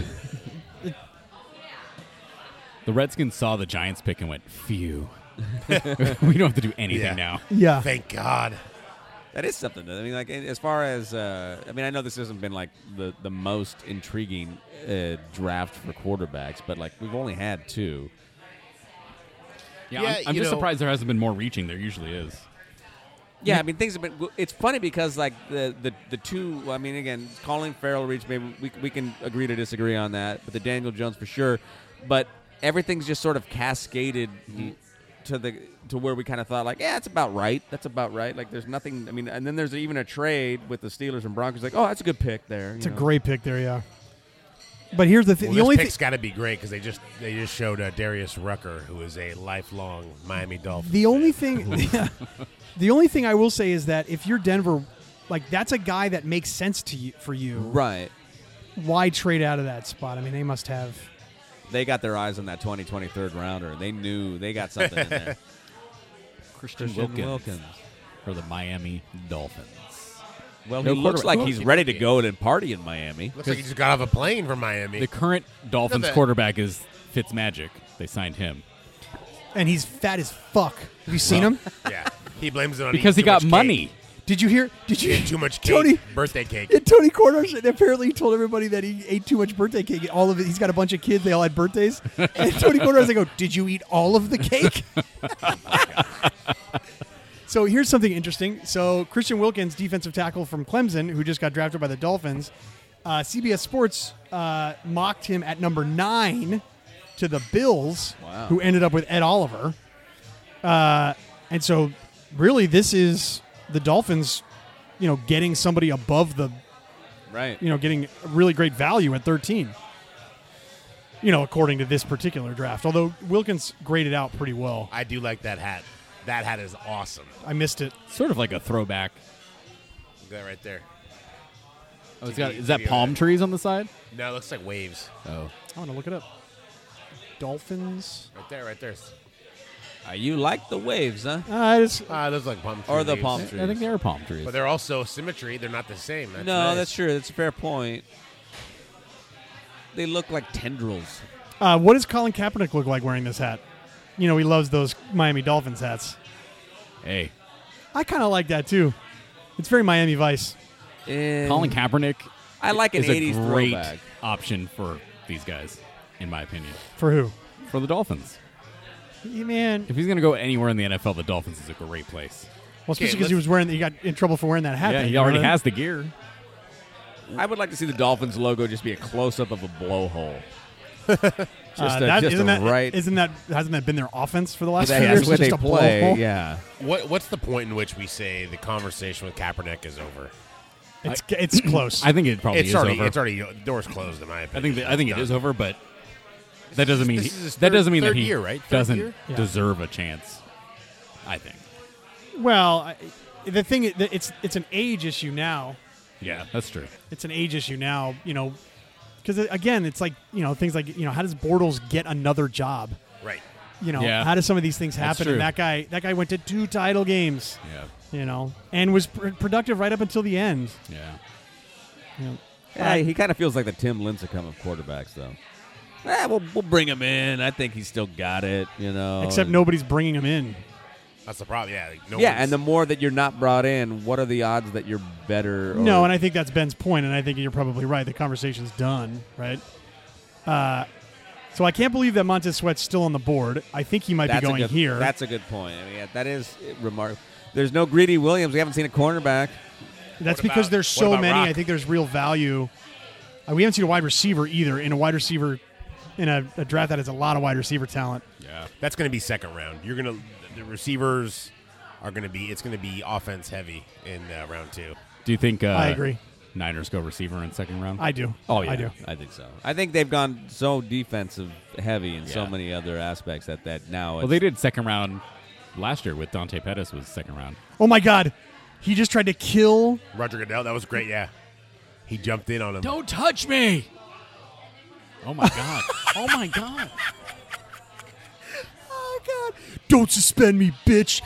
Speaker 3: The Redskins saw the Giants pick and went, "Phew, we don't have to do anything
Speaker 1: Yeah.
Speaker 3: now."
Speaker 2: yeah.
Speaker 1: Thank God.
Speaker 5: that is something. I mean, like as far as uh, I mean, I know this hasn't been like the the most intriguing uh, draft for quarterbacks, but like we've only had two.
Speaker 3: Yeah,
Speaker 1: Yeah,
Speaker 3: I'm, I'm
Speaker 1: you
Speaker 3: just
Speaker 1: know-
Speaker 3: surprised there hasn't been more reaching. There usually is.
Speaker 5: Yeah, I mean things have been. w- It's funny because like the the the two. I mean, again, Colin Farrell reach. Maybe we we can agree to disagree on that. But the Daniel Jones for sure. But everything's just sort of cascaded
Speaker 3: Mm-hmm.
Speaker 5: to the to where we kind of thought like, yeah, it's about right. That's about right. Like, there's nothing. I mean, and then there's even a trade with the Steelers and Broncos. Like, oh, that's a good pick there.
Speaker 2: It's a great pick there, yeah. But here's the thing:
Speaker 1: Well,
Speaker 2: the
Speaker 1: this
Speaker 2: only thing
Speaker 1: pick's got to be great because they just they just showed uh, Darius Rucker, who is a lifelong Miami Dolphin.
Speaker 2: The only thing, yeah. the only thing I will say is that if you're Denver, like that's a guy that makes sense to you for you.
Speaker 5: Right.
Speaker 2: Why trade out of that spot? I mean, they must have.
Speaker 5: They got their eyes on that 20, 23rd rounder. They knew they got something in there.
Speaker 3: Christian,
Speaker 5: Wilkins.
Speaker 3: Wilkins, for the Miami Dolphins.
Speaker 5: Well,
Speaker 3: No
Speaker 5: he looks
Speaker 3: quarterback.
Speaker 5: like
Speaker 3: Well,
Speaker 5: he's ready to go and party in Miami.
Speaker 1: looks like he just got off a plane from Miami.
Speaker 3: The current Dolphins
Speaker 1: that-
Speaker 3: quarterback is Fitzmagic. They signed him
Speaker 2: And he's fat as fuck. Have you seen him?
Speaker 1: yeah, he blames it on
Speaker 3: because he
Speaker 1: eating too
Speaker 3: got
Speaker 1: much
Speaker 3: money.
Speaker 1: cake.
Speaker 2: Did you hear? Did you
Speaker 1: He ate too much cake.
Speaker 2: Tony?
Speaker 1: Birthday cake.
Speaker 2: Yeah, Tony Corners apparently he told everybody that he ate too much birthday cake. All of it. He's got a bunch of kids. They all had birthdays. And Tony Corners, they go, "Did you eat all of the cake?" so here's something interesting. So Christian Wilkins, defensive tackle from Clemson, who just got drafted by the Dolphins, uh, CBS Sports uh, mocked him at number nine to the Bills,
Speaker 5: Wow.
Speaker 2: who ended up with Ed Oliver. Uh, and so, really, this is the Dolphins, you know, getting somebody above the
Speaker 5: Right.
Speaker 2: you know, getting really great value at 13. You know, according to this particular draft. Although Wilkins graded out pretty well.
Speaker 1: I do like that hat. That hat is awesome.
Speaker 2: I missed it.
Speaker 3: Sort of like a throwback.
Speaker 1: That right there.
Speaker 3: Oh, it's
Speaker 1: Did
Speaker 3: got,
Speaker 1: he-
Speaker 3: is
Speaker 1: did
Speaker 3: that
Speaker 1: he-
Speaker 3: palm trees on the side?
Speaker 1: No, it looks like waves.
Speaker 3: Oh.
Speaker 2: I want to look it up. Dolphins.
Speaker 1: Right there, right there.
Speaker 5: Uh, you like the waves, huh?
Speaker 2: Uh, it's,
Speaker 1: Ah, those look palm tree
Speaker 5: Or the
Speaker 1: leaves.
Speaker 5: palm
Speaker 3: I
Speaker 5: trees.
Speaker 3: think they are palm trees.
Speaker 1: But they're also symmetry. They're not the same. That's
Speaker 5: no,
Speaker 1: nice.
Speaker 5: that's true. That's a fair point. They look like tendrils.
Speaker 2: uh, what does Colin Kaepernick look like wearing this hat? You know, he loves those Miami Dolphins hats.
Speaker 3: Hey,
Speaker 2: I kind of like that too. It's very Miami Vice.
Speaker 5: And
Speaker 3: Colin Kaepernick
Speaker 5: I like an
Speaker 3: is a
Speaker 5: 80s
Speaker 3: great
Speaker 5: throwback.
Speaker 3: option for these guys, in my opinion.
Speaker 2: For who?
Speaker 3: For the Dolphins.
Speaker 2: Yeah, man.
Speaker 3: If he's going to go anywhere in the NFL, the Dolphins is a great place.
Speaker 2: Well, especially
Speaker 1: Okay,
Speaker 2: because he
Speaker 1: let's-
Speaker 2: was wearing, he got in trouble for wearing that hat.
Speaker 3: Yeah,
Speaker 2: that
Speaker 3: he
Speaker 2: year,
Speaker 3: already
Speaker 2: remember?
Speaker 3: has the gear.
Speaker 5: I would like to see the Dolphins logo just be a close up of a blowhole.
Speaker 2: Uh,
Speaker 5: Just a-
Speaker 2: that,
Speaker 5: just
Speaker 2: isn't
Speaker 5: a
Speaker 2: that,
Speaker 5: right.
Speaker 2: Isn't that hasn't that been their offense for the last few
Speaker 5: That's
Speaker 2: years?
Speaker 5: where
Speaker 2: Just
Speaker 5: they
Speaker 2: a blowhole?
Speaker 5: play. Yeah.
Speaker 1: What What's the point in which we say the conversation with Kaepernick is over?
Speaker 2: It's it's close.
Speaker 3: I think it probably
Speaker 1: it's
Speaker 3: is
Speaker 1: already
Speaker 3: over.
Speaker 1: it's already doors closed in my
Speaker 3: I
Speaker 1: opinion.
Speaker 3: think that, I think it
Speaker 1: Done.
Speaker 3: is over, but that doesn't mean
Speaker 1: this is his
Speaker 3: that
Speaker 1: third-
Speaker 3: doesn't mean that
Speaker 1: third
Speaker 3: he
Speaker 1: year, right? Third
Speaker 3: doesn't
Speaker 1: year?
Speaker 2: Yeah.
Speaker 3: deserve a chance. I think.
Speaker 2: Well, I, the thing is, that it's it's an age issue now.
Speaker 3: Yeah, that's true.
Speaker 2: It's an age issue now. You know, because again, it's like you know things like you know how does Bortles get another job?
Speaker 1: Right.
Speaker 2: You know,
Speaker 3: Yeah.
Speaker 2: how does some of these things happen?
Speaker 3: true.
Speaker 2: And that guy that guy went to two title games.
Speaker 3: Yeah,
Speaker 2: You know, and was pr- productive right up until the end.
Speaker 3: yeah.
Speaker 2: You know,
Speaker 5: Yeah, he kind of feels like the Tim Lincecum of quarterbacks, though. Eh, we'll, we'll bring him in. I think he's still got it, you know.
Speaker 2: except
Speaker 5: and-
Speaker 2: nobody's bringing him in.
Speaker 1: That's the problem. Yeah. like, no
Speaker 5: Yeah,
Speaker 1: one's-
Speaker 5: and the more that you're not brought in, what are the odds that you're better? Or,
Speaker 2: No, and I think that's Ben's point, and I think you're probably right. The conversation's done, right? Uh, so I can't believe that Montez Sweat's still on the board. I think he might
Speaker 5: that's
Speaker 2: be
Speaker 5: a
Speaker 2: going
Speaker 5: good-
Speaker 2: here.
Speaker 5: That's a good point. I mean, yeah, that is remarkable. There's no greedy Williams. We haven't seen a cornerback.
Speaker 2: That's
Speaker 1: What
Speaker 2: because
Speaker 1: about-
Speaker 2: there's
Speaker 1: what
Speaker 2: so
Speaker 1: about
Speaker 2: many.
Speaker 1: Rock?
Speaker 2: I think there's real value. Uh, we haven't seen a wide receiver either in a wide receiver in a, a draft that has a lot of wide receiver talent.
Speaker 1: that's going to be second round. You're going to the receivers are going to be it's going to be offense heavy in uh, round two.
Speaker 3: Do you think? Uh,
Speaker 2: I agree.
Speaker 3: Niners go receiver in second round.
Speaker 2: I do.
Speaker 3: Oh yeah,
Speaker 2: I do.
Speaker 5: I think so. I think they've gone so defensive heavy in so
Speaker 3: Yeah.
Speaker 5: many other aspects that that now.
Speaker 3: Well, they did second round last year with Dante Pettis was second round.
Speaker 2: Oh my God, he just tried to kill.
Speaker 1: Roger Goodell, that was great. Yeah. He jumped in on him.
Speaker 3: Don't touch me. Oh my god. oh my god.
Speaker 2: Oh God, don't suspend me, bitch.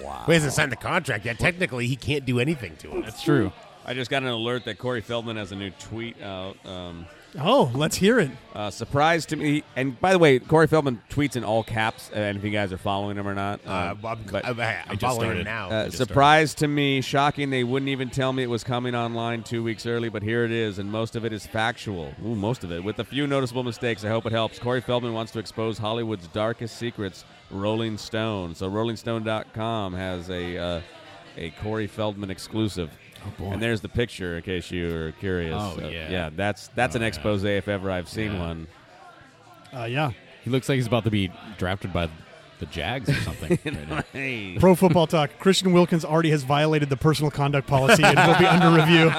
Speaker 1: Well, He hasn't signed the contract yet. Technically, he can't do anything to him.
Speaker 3: That's true.
Speaker 5: I just got an alert that Corey Feldman has a new tweet out. Um,
Speaker 2: Oh, let's hear it.
Speaker 5: Uh, surprise to me. And by the way, Corey Feldman tweets in all caps, uh, and if you guys are following him or not.
Speaker 1: Uh,
Speaker 5: um,
Speaker 1: I'm,
Speaker 5: but,
Speaker 1: I'm, I'm
Speaker 3: just
Speaker 1: following him
Speaker 3: started.
Speaker 1: now.
Speaker 5: uh, surprise to me, shocking. They wouldn't even tell me it was coming online two weeks early, but here it is, and most of it is factual. Ooh, most of it. With a few noticeable mistakes, I hope it helps. Corey Feldman wants to expose Hollywood's darkest secrets, Rolling Stone. So RollingStone.com has a. Uh, a Corey Feldman exclusive, oh
Speaker 3: boy.
Speaker 5: and there's the picture in case you are curious.
Speaker 3: Oh,
Speaker 5: Uh,
Speaker 3: yeah. Oh,
Speaker 5: yeah, that's that's an
Speaker 3: yeah.
Speaker 5: expose if ever I've seen
Speaker 3: Yeah.
Speaker 5: one.
Speaker 2: Uh, yeah.
Speaker 3: He looks like he's about to be drafted by the Jags or something. right now.
Speaker 5: Hey.
Speaker 2: Pro Football Talk. Christian Wilkins already has violated the personal conduct policy and will be under review.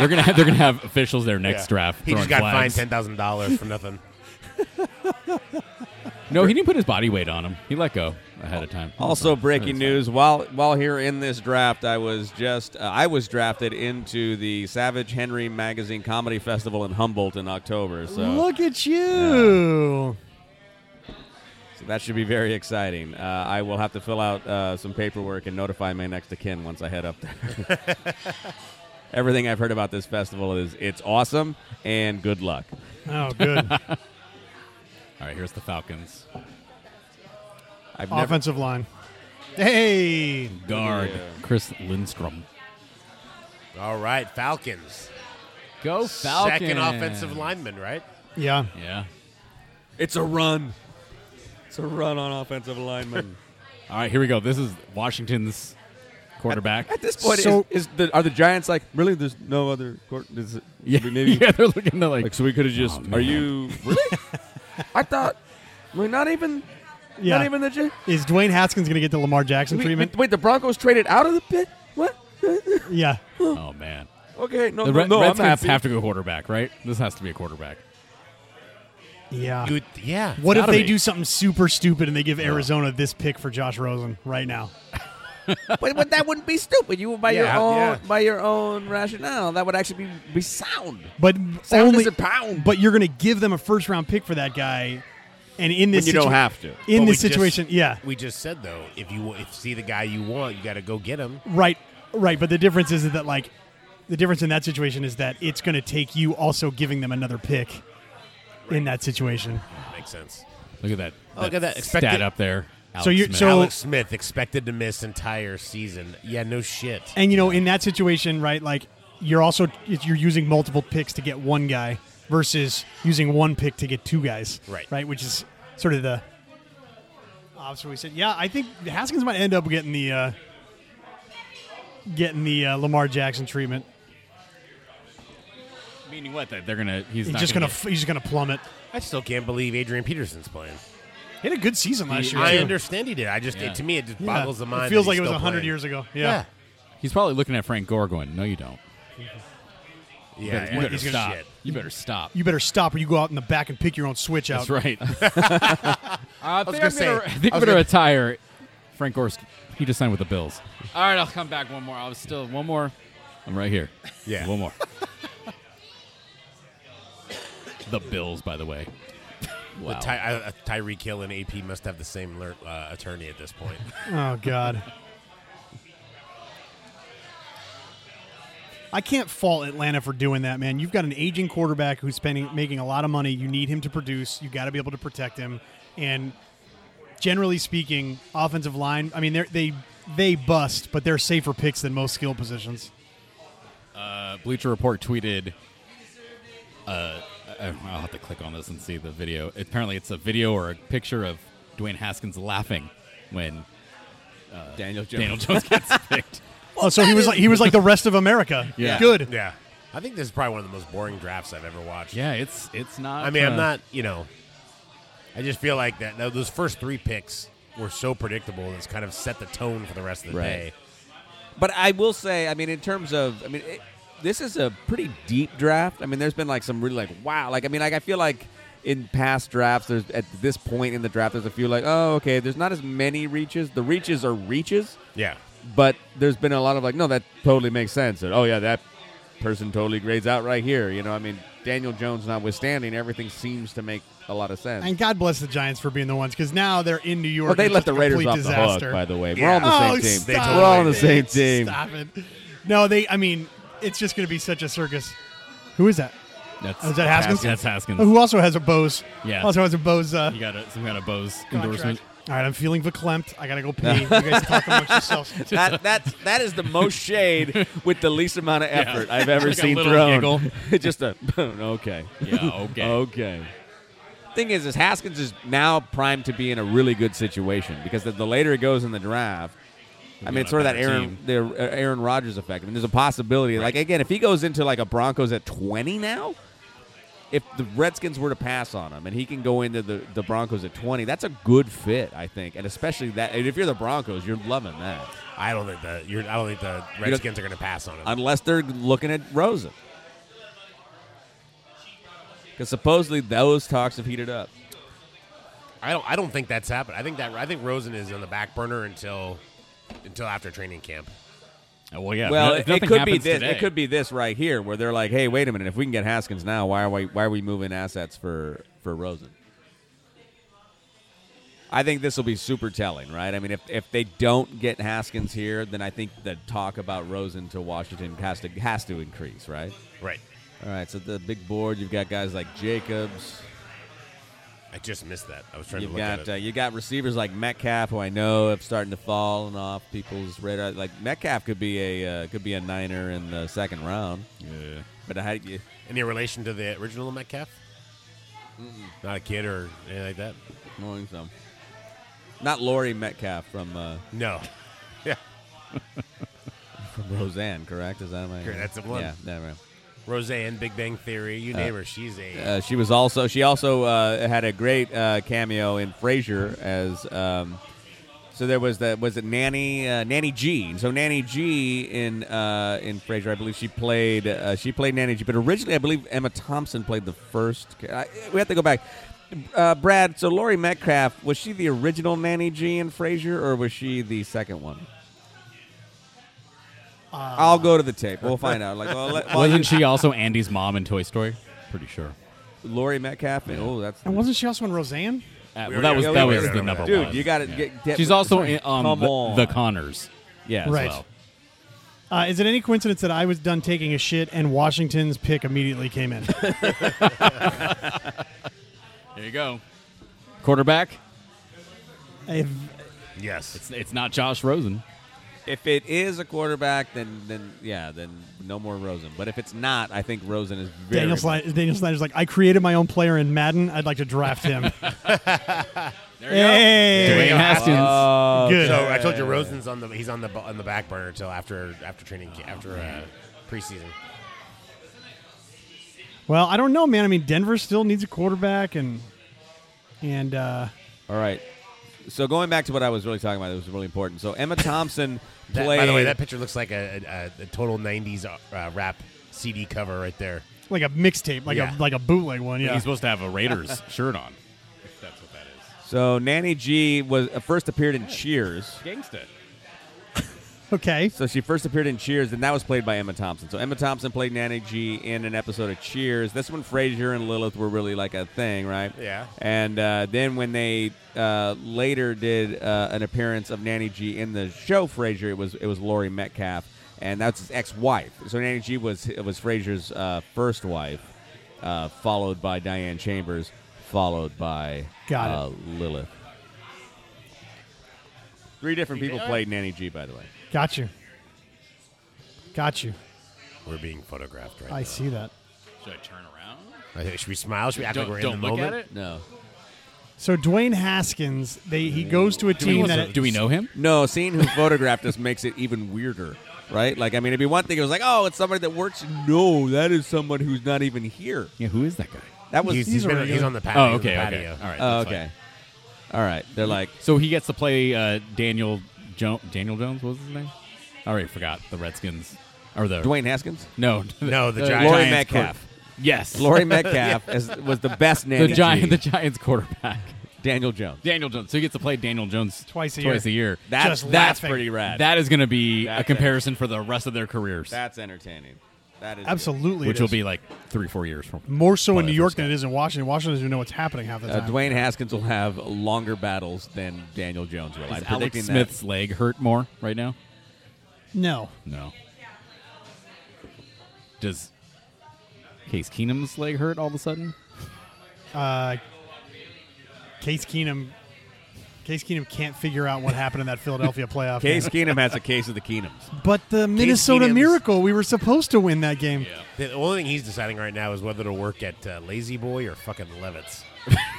Speaker 3: They're gonna have, they're gonna have officials there next
Speaker 1: Yeah.
Speaker 3: draft.
Speaker 1: He just
Speaker 3: throwing
Speaker 1: got
Speaker 3: flags.
Speaker 1: fined ten thousand dollars for nothing.
Speaker 3: No, he didn't put his body weight on him. He let go ahead of time.
Speaker 5: Also,
Speaker 3: That's fine.
Speaker 5: breaking
Speaker 3: That's
Speaker 5: news: while while here in this draft, I was just uh, I was drafted into the Savage Henry Magazine Comedy Festival in Humboldt in October. So,
Speaker 2: Look at you.
Speaker 5: so that should be very exciting. Uh, I will have to fill out uh, some paperwork and notify my next of kin once I head up there. Everything I've heard about this festival is it's awesome and good luck.
Speaker 2: Oh, good.
Speaker 3: fine. All right, here's the Falcons
Speaker 5: I've never
Speaker 2: Offensive line. Hey.
Speaker 3: guard Chris Lindstrom.
Speaker 1: All right, Falcons.
Speaker 3: Go Falcons!
Speaker 1: Second offensive lineman, right?
Speaker 2: Yeah.
Speaker 3: Yeah.
Speaker 5: It's a run. It's a run on offensive lineman.
Speaker 3: All right, here we go. This is Washington's quarterback.
Speaker 5: At this point,
Speaker 2: So-
Speaker 5: is, is the, are the Giants like really? There's no other. Court, is it,
Speaker 3: yeah,
Speaker 5: maybe
Speaker 3: yeah, they're looking to like.
Speaker 5: Like, so we could have just.
Speaker 3: Oh, man.
Speaker 5: are you really? I thought. We're not even. Not
Speaker 2: Yeah.
Speaker 5: even the. Gi-
Speaker 2: Is Dwayne Haskins going to get the Lamar Jackson
Speaker 5: we-
Speaker 2: treatment?
Speaker 5: wait, the Broncos traded out of the pit. What?
Speaker 2: yeah.
Speaker 3: oh man,
Speaker 5: Okay, no,
Speaker 3: the
Speaker 5: no,
Speaker 3: Red,
Speaker 5: no, I'm
Speaker 3: Redskins
Speaker 5: happy.
Speaker 3: have to go quarterback, right? This has to be a quarterback.
Speaker 2: Yeah.
Speaker 1: You would- yeah.
Speaker 2: What if
Speaker 3: gotta
Speaker 2: they
Speaker 3: be.
Speaker 2: do something super stupid and they give Arizona this pick for Josh Rosen right now?
Speaker 5: but, but that wouldn't be stupid. You would by
Speaker 1: Yeah,
Speaker 5: your own
Speaker 1: yeah.
Speaker 5: by your own rationale. That would actually be be sound.
Speaker 2: But
Speaker 5: Sound
Speaker 2: only
Speaker 5: is a pound.
Speaker 2: But you're going to give them a first round pick for that guy, and in this
Speaker 5: When you don't
Speaker 2: situa-
Speaker 5: have to.
Speaker 2: In
Speaker 1: But
Speaker 2: this
Speaker 1: we just-
Speaker 2: situation, yeah,
Speaker 1: We just said though, if you wa- if you see the guy you want, you got to go get him.
Speaker 2: right, right. But the difference is that like the difference in that situation is that it's going to take you also giving them another pick in that situation.
Speaker 1: Makes sense.
Speaker 3: Look at that.
Speaker 1: Oh, look at that.
Speaker 3: stat
Speaker 1: Expected-
Speaker 3: up there. Alex
Speaker 2: So you're-
Speaker 3: Smith.
Speaker 2: so-
Speaker 1: Alex Smith expected to miss entire season. Yeah, no shit.
Speaker 2: And you know, in that situation, right, like you're also if you're using multiple picks to get one guy versus using one pick to get two guys.
Speaker 1: Right.
Speaker 2: Right, which is sort of the opposite. We said, yeah, I think Haskins might end up getting the uh, getting the uh, Lamar Jackson treatment.
Speaker 3: meaning what? That they're gonna. He's,
Speaker 2: He's
Speaker 3: not
Speaker 2: just
Speaker 3: gonna.
Speaker 2: gonna f- he's just gonna plummet.
Speaker 1: I still can't believe Adrian Peterson's playing.
Speaker 2: He had a good season last year.
Speaker 1: I
Speaker 2: too.
Speaker 1: understand he did. I just
Speaker 3: Yeah.
Speaker 1: it, to me it just
Speaker 2: Yeah.
Speaker 1: boggles the mind.
Speaker 2: It feels
Speaker 1: that
Speaker 2: like
Speaker 1: he's
Speaker 2: it was
Speaker 1: still
Speaker 2: hundred
Speaker 1: playing.
Speaker 2: years ago. Yeah.
Speaker 3: get- he's probably looking at Frank Gore going, "No, you don't.
Speaker 1: yeah, yeah.
Speaker 3: You better, you
Speaker 1: what
Speaker 3: better
Speaker 1: is
Speaker 3: stop.
Speaker 1: shit?
Speaker 3: You better stop."
Speaker 2: You better stop or you go out in the back and pick your own switch out.
Speaker 3: That's right. I
Speaker 1: was
Speaker 3: think
Speaker 1: gonna
Speaker 3: I'm
Speaker 1: say- I
Speaker 3: gonna- I think we're
Speaker 1: was
Speaker 3: gonna
Speaker 1: gonna-
Speaker 3: retire. Frank Gore, he just signed with the Bills. All right, I'll come back one more. I was still one more. I'm right here.
Speaker 1: Yeah.
Speaker 3: one more. the Bills, by the way. Wow.
Speaker 1: Ty- I- uh, Tyreek Hill and AP must have the same alert, uh, attorney at this point.
Speaker 2: Oh God. I can't fault Atlanta for doing that, man. You've got an aging quarterback who's spending making a lot of money. You need him to produce. You got to be able to protect him. And generally speaking, offensive line. I mean, they're, they they bust, but they're safer picks than most skill positions.
Speaker 3: Uh, Bleacher Report tweeted. Uh, I- I'll have to click on this and see the video. Apparently, it's a video or a picture of Dwayne Haskins laughing when
Speaker 5: Daniel Jones.
Speaker 3: Daniel Jones gets picked.
Speaker 2: oh, so he was like he was like the rest of America.
Speaker 3: Yeah.
Speaker 2: good.
Speaker 1: Yeah, I think this is probably one of the most boring drafts I've ever watched.
Speaker 3: Yeah, it's it's not.
Speaker 1: I mean,
Speaker 3: uh,
Speaker 1: I'm not, you know, I just feel like that that- those first three picks were so predictable. and It's kind of set the tone for the rest of the
Speaker 5: Right.
Speaker 1: day.
Speaker 5: But I will say, I mean, in terms of, I mean, it, this is a pretty deep draft. I mean, there's been like some really like wow, like I mean, like I feel like in past drafts, there's at this point in the draft, there's a few like oh, okay, there's not as many reaches. The reaches are reaches,
Speaker 1: Yeah,
Speaker 5: but there's been a lot of like no, that totally makes sense. Or, oh yeah, that person totally grades out right here. You know, I mean, Daniel Jones notwithstanding, everything seems to make a lot of sense.
Speaker 2: And God bless the Giants for being the ones because now they're in New York.
Speaker 5: Well, they
Speaker 2: It's
Speaker 5: let
Speaker 2: just
Speaker 5: the
Speaker 2: a
Speaker 5: Raiders
Speaker 2: complete
Speaker 5: off the
Speaker 2: disaster.
Speaker 5: hook, by the way. We're
Speaker 1: Yeah.
Speaker 5: all on
Speaker 2: oh,
Speaker 5: the same team.
Speaker 2: Stop
Speaker 1: They totally
Speaker 5: We're all on the
Speaker 2: it.
Speaker 5: same team.
Speaker 2: Stop it. No, they. I mean, it's just going to be such a circus. Who is that?
Speaker 3: That's
Speaker 2: Oh, is that Haskins?
Speaker 3: That's Haskins.
Speaker 2: Oh, who also has a Bose?
Speaker 3: Yeah.
Speaker 2: Also has a Bose. Uh,
Speaker 3: You got a, some kind of Bose endorsement.
Speaker 2: contract. All right, I'm feeling verklempt. I gotta go pee. you guys talk amongst yourselves.
Speaker 5: That that's that is the most shade with the least amount of effort I've ever
Speaker 3: Like a
Speaker 5: seen
Speaker 3: little
Speaker 5: thrown. Just a okay,
Speaker 3: Yeah, okay.
Speaker 1: Oh.
Speaker 5: okay. Thing is, is Haskins is now primed to be in a really good situation because the, the later it goes in the draft, I
Speaker 3: be
Speaker 5: mean, it's
Speaker 3: on
Speaker 5: sort
Speaker 3: a
Speaker 5: of that
Speaker 3: better
Speaker 5: Aaron the uh, Aaron Rodgers effect. I mean, there's a possibility. Like again, if he goes into like a Broncos at 20 now, if the Redskins were to pass on him and he can go into the, the Broncos at 20, that's a good fit, I think. And especially that, and if you're the Broncos, you're loving that.
Speaker 1: I don't think the you're, I don't think the Redskins are going to pass on him.
Speaker 5: Unless they're looking at Rosen. Because supposedly those talks have heated up.
Speaker 1: I don't. I don't think that's happened. I think that I think Rosen is on the back burner until until after training camp.
Speaker 3: Oh, well, yeah.
Speaker 5: well,
Speaker 3: if
Speaker 5: it, it
Speaker 3: nothing
Speaker 5: could be
Speaker 3: happens
Speaker 5: this.
Speaker 3: today-
Speaker 5: It could be this right here, where they're like, "Hey, wait a minute! If we can get Haskins now, why are we why are we moving assets for for Rosen?" I think this will be super telling, right? I mean, if if they don't get Haskins here, then I think the talk about Rosen to Washington has to has to increase, right?
Speaker 1: Right.
Speaker 5: All right. So the big board, you've got guys like Jacobs.
Speaker 1: I just missed that. I was trying to
Speaker 5: You've
Speaker 1: look at
Speaker 5: got
Speaker 1: it.
Speaker 5: uh, you got receivers like Metcalf, who I know have starting to fall and off people's radar. Like Metcalf could be a uh, could be a Niner in the second round,
Speaker 3: Yeah.
Speaker 5: but I had you.
Speaker 1: Any relation to the original Metcalf? Not a kid or anything like that.
Speaker 5: I don't think so. Not Lori Metcalf from uh,
Speaker 1: No. Yeah.
Speaker 5: from Roseanne, correct? Is that my?
Speaker 1: Correct, that's the one.
Speaker 5: Yeah, that right.
Speaker 1: Roseanne, Big Bang Theory. You name her. She's a.
Speaker 5: Uh, she was also she also uh, had a great uh, cameo in Frasier as. Um, so there was that was it Nanny uh, Nanny G. And So Nanny G in uh, in Frasier, I believe she played uh, she played Nanny G. But originally, I believe Emma Thompson played the first. ca- I, we have to go back. Uh, Brad, so Laurie Metcalf was she the original Nanny G in Frasier, or was she the second one? I'll go to the tape. We'll find out. Like, well, let, well,
Speaker 3: Wasn't she also Andy's mom in Toy Story? Pretty sure.
Speaker 5: Laurie Metcalf. Oh, that's
Speaker 2: And wasn't she also in Roseanne?
Speaker 3: Uh,
Speaker 1: We
Speaker 3: well,
Speaker 1: already-
Speaker 3: that was
Speaker 5: yeah, we
Speaker 3: that
Speaker 5: already
Speaker 3: was the
Speaker 1: remember
Speaker 3: number
Speaker 1: that.
Speaker 5: Dude,
Speaker 3: one.
Speaker 5: you gotta
Speaker 3: Yeah.
Speaker 5: get- get-
Speaker 3: She's also
Speaker 5: sorry.
Speaker 3: in um,
Speaker 5: Come
Speaker 3: the,
Speaker 5: on.
Speaker 3: the Connors.
Speaker 5: yeah,
Speaker 2: Right.
Speaker 3: Well,
Speaker 2: Uh, is it any coincidence that I was done taking a shit and Washington's pick immediately came in?
Speaker 3: there you go. Quarterback.
Speaker 2: If-
Speaker 1: yes.
Speaker 3: It's, it's not Josh Rosen.
Speaker 5: If it is a quarterback, then then yeah, then no more Rosen. But if it's not, I think Rosen is very.
Speaker 2: Daniel, Snyder, Daniel Snyder's like, I created my own player in Madden. I'd like to draft him. hey,
Speaker 3: Dwayne Haskins.
Speaker 5: Oh,
Speaker 2: good.
Speaker 1: So I told you Rosen's on the he's on the bu- on the back burner until after after training ca- after uh, preseason.
Speaker 2: Well, I don't know, man. I mean, Denver still needs a quarterback, and and uh,
Speaker 5: all right. So going back to what I was really talking about, it was really important. So Emma Thompson
Speaker 1: That-
Speaker 5: played.
Speaker 1: by the way, that picture looks like a, a, a- a total '90s uh, rap CD cover right there.
Speaker 2: like a mixtape, like
Speaker 1: Yeah.
Speaker 2: a like a bootleg one. Yeah,
Speaker 3: He's supposed to have a Raiders shirt on. If that's what that is.
Speaker 5: so Nanny G was uh, first appeared in Cheers.
Speaker 3: Gangsta.
Speaker 2: okay.
Speaker 5: So she first appeared in Cheers, and that was played by Emma Thompson. So Emma Thompson played Nanny G in an episode of Cheers. That's when Frasier and Lilith were really like a thing, right?
Speaker 1: Yeah.
Speaker 5: And uh, then when they uh, later did uh, an appearance of Nanny G in the show Frasier, it was it was Laurie Metcalf, and that's his ex-wife. So Nanny G was was Frasier's uh, first wife, uh, followed by Diane Chambers, followed by
Speaker 2: Got it.
Speaker 5: uh, Lilith. Three different people
Speaker 1: did?
Speaker 5: played Nanny G, by the way.
Speaker 2: Got you. Got you.
Speaker 1: We're being photographed right
Speaker 2: I see that.
Speaker 3: Should I turn around?
Speaker 1: now. I think- Should we smile? Should we act like we're in the moment?
Speaker 5: No.
Speaker 2: So Dwayne Haskins, they he goes to a
Speaker 3: Do
Speaker 2: team
Speaker 3: we,
Speaker 2: that it-
Speaker 3: know him?
Speaker 5: No, seeing who photographed us makes it even weirder, right? Like, I mean, it'd be one thing. It was like, oh, it's somebody that works. No, that is someone who's not even here.
Speaker 3: Yeah, who is that guy?
Speaker 5: That was.
Speaker 1: He's,
Speaker 2: these
Speaker 1: he's,
Speaker 2: are
Speaker 1: been,
Speaker 2: regular-
Speaker 1: he's on the patio.
Speaker 3: Oh,
Speaker 1: he's on the
Speaker 3: okay, okay.
Speaker 1: patio.
Speaker 3: All right.
Speaker 5: oh,
Speaker 3: that's fine.
Speaker 5: okay. All right. They're like,
Speaker 3: So he gets to play uh, Daniel jo- Daniel Jones. What was his name? I already forgot the Redskins or the
Speaker 5: Dwayne Haskins,
Speaker 3: No,
Speaker 1: No, the Giants.
Speaker 5: Laurie
Speaker 1: Lori
Speaker 5: Metcalf.
Speaker 3: Yes,
Speaker 5: Laurie Metcalf is, was the best name.
Speaker 3: the Giant, the Giants quarterback,
Speaker 5: Daniel Jones.
Speaker 3: Daniel Jones. So he gets to play Daniel Jones
Speaker 2: Twice a
Speaker 3: twice
Speaker 2: year.
Speaker 3: a year.
Speaker 5: That's
Speaker 2: Just
Speaker 5: that's
Speaker 2: laughing.
Speaker 5: pretty rad.
Speaker 3: that is going to be
Speaker 5: That's
Speaker 3: a comparison for the rest of their careers,
Speaker 5: that's entertaining. That is good.
Speaker 2: absolutely,
Speaker 3: which
Speaker 2: it
Speaker 3: will
Speaker 2: is.
Speaker 3: be like three, four years from.
Speaker 2: more so in
Speaker 3: Probably
Speaker 2: New York
Speaker 3: first
Speaker 2: than it is in Washington. Washington doesn't even know what's happening half the
Speaker 5: Uh,
Speaker 2: time.
Speaker 5: Dwayne Haskins will have longer battles than Daniel Jones will. I'm
Speaker 3: Is
Speaker 5: predicting
Speaker 3: Alex Smith's leg hurt more right now?
Speaker 2: no,
Speaker 3: No. Does Case Keenum's leg hurt all of a sudden?
Speaker 2: uh, Case Keenum. Case Keenum can't figure out what happened in that Philadelphia playoff.
Speaker 5: that. Case
Speaker 2: game.
Speaker 5: Keenum has a case of the Keenums.
Speaker 2: But the Minnesota
Speaker 1: Keenum's-
Speaker 2: Miracle, we were supposed to win that game.
Speaker 3: Yeah.
Speaker 1: The only thing he's deciding right now is whether to work at uh, Lazy Boy or fucking Levitts.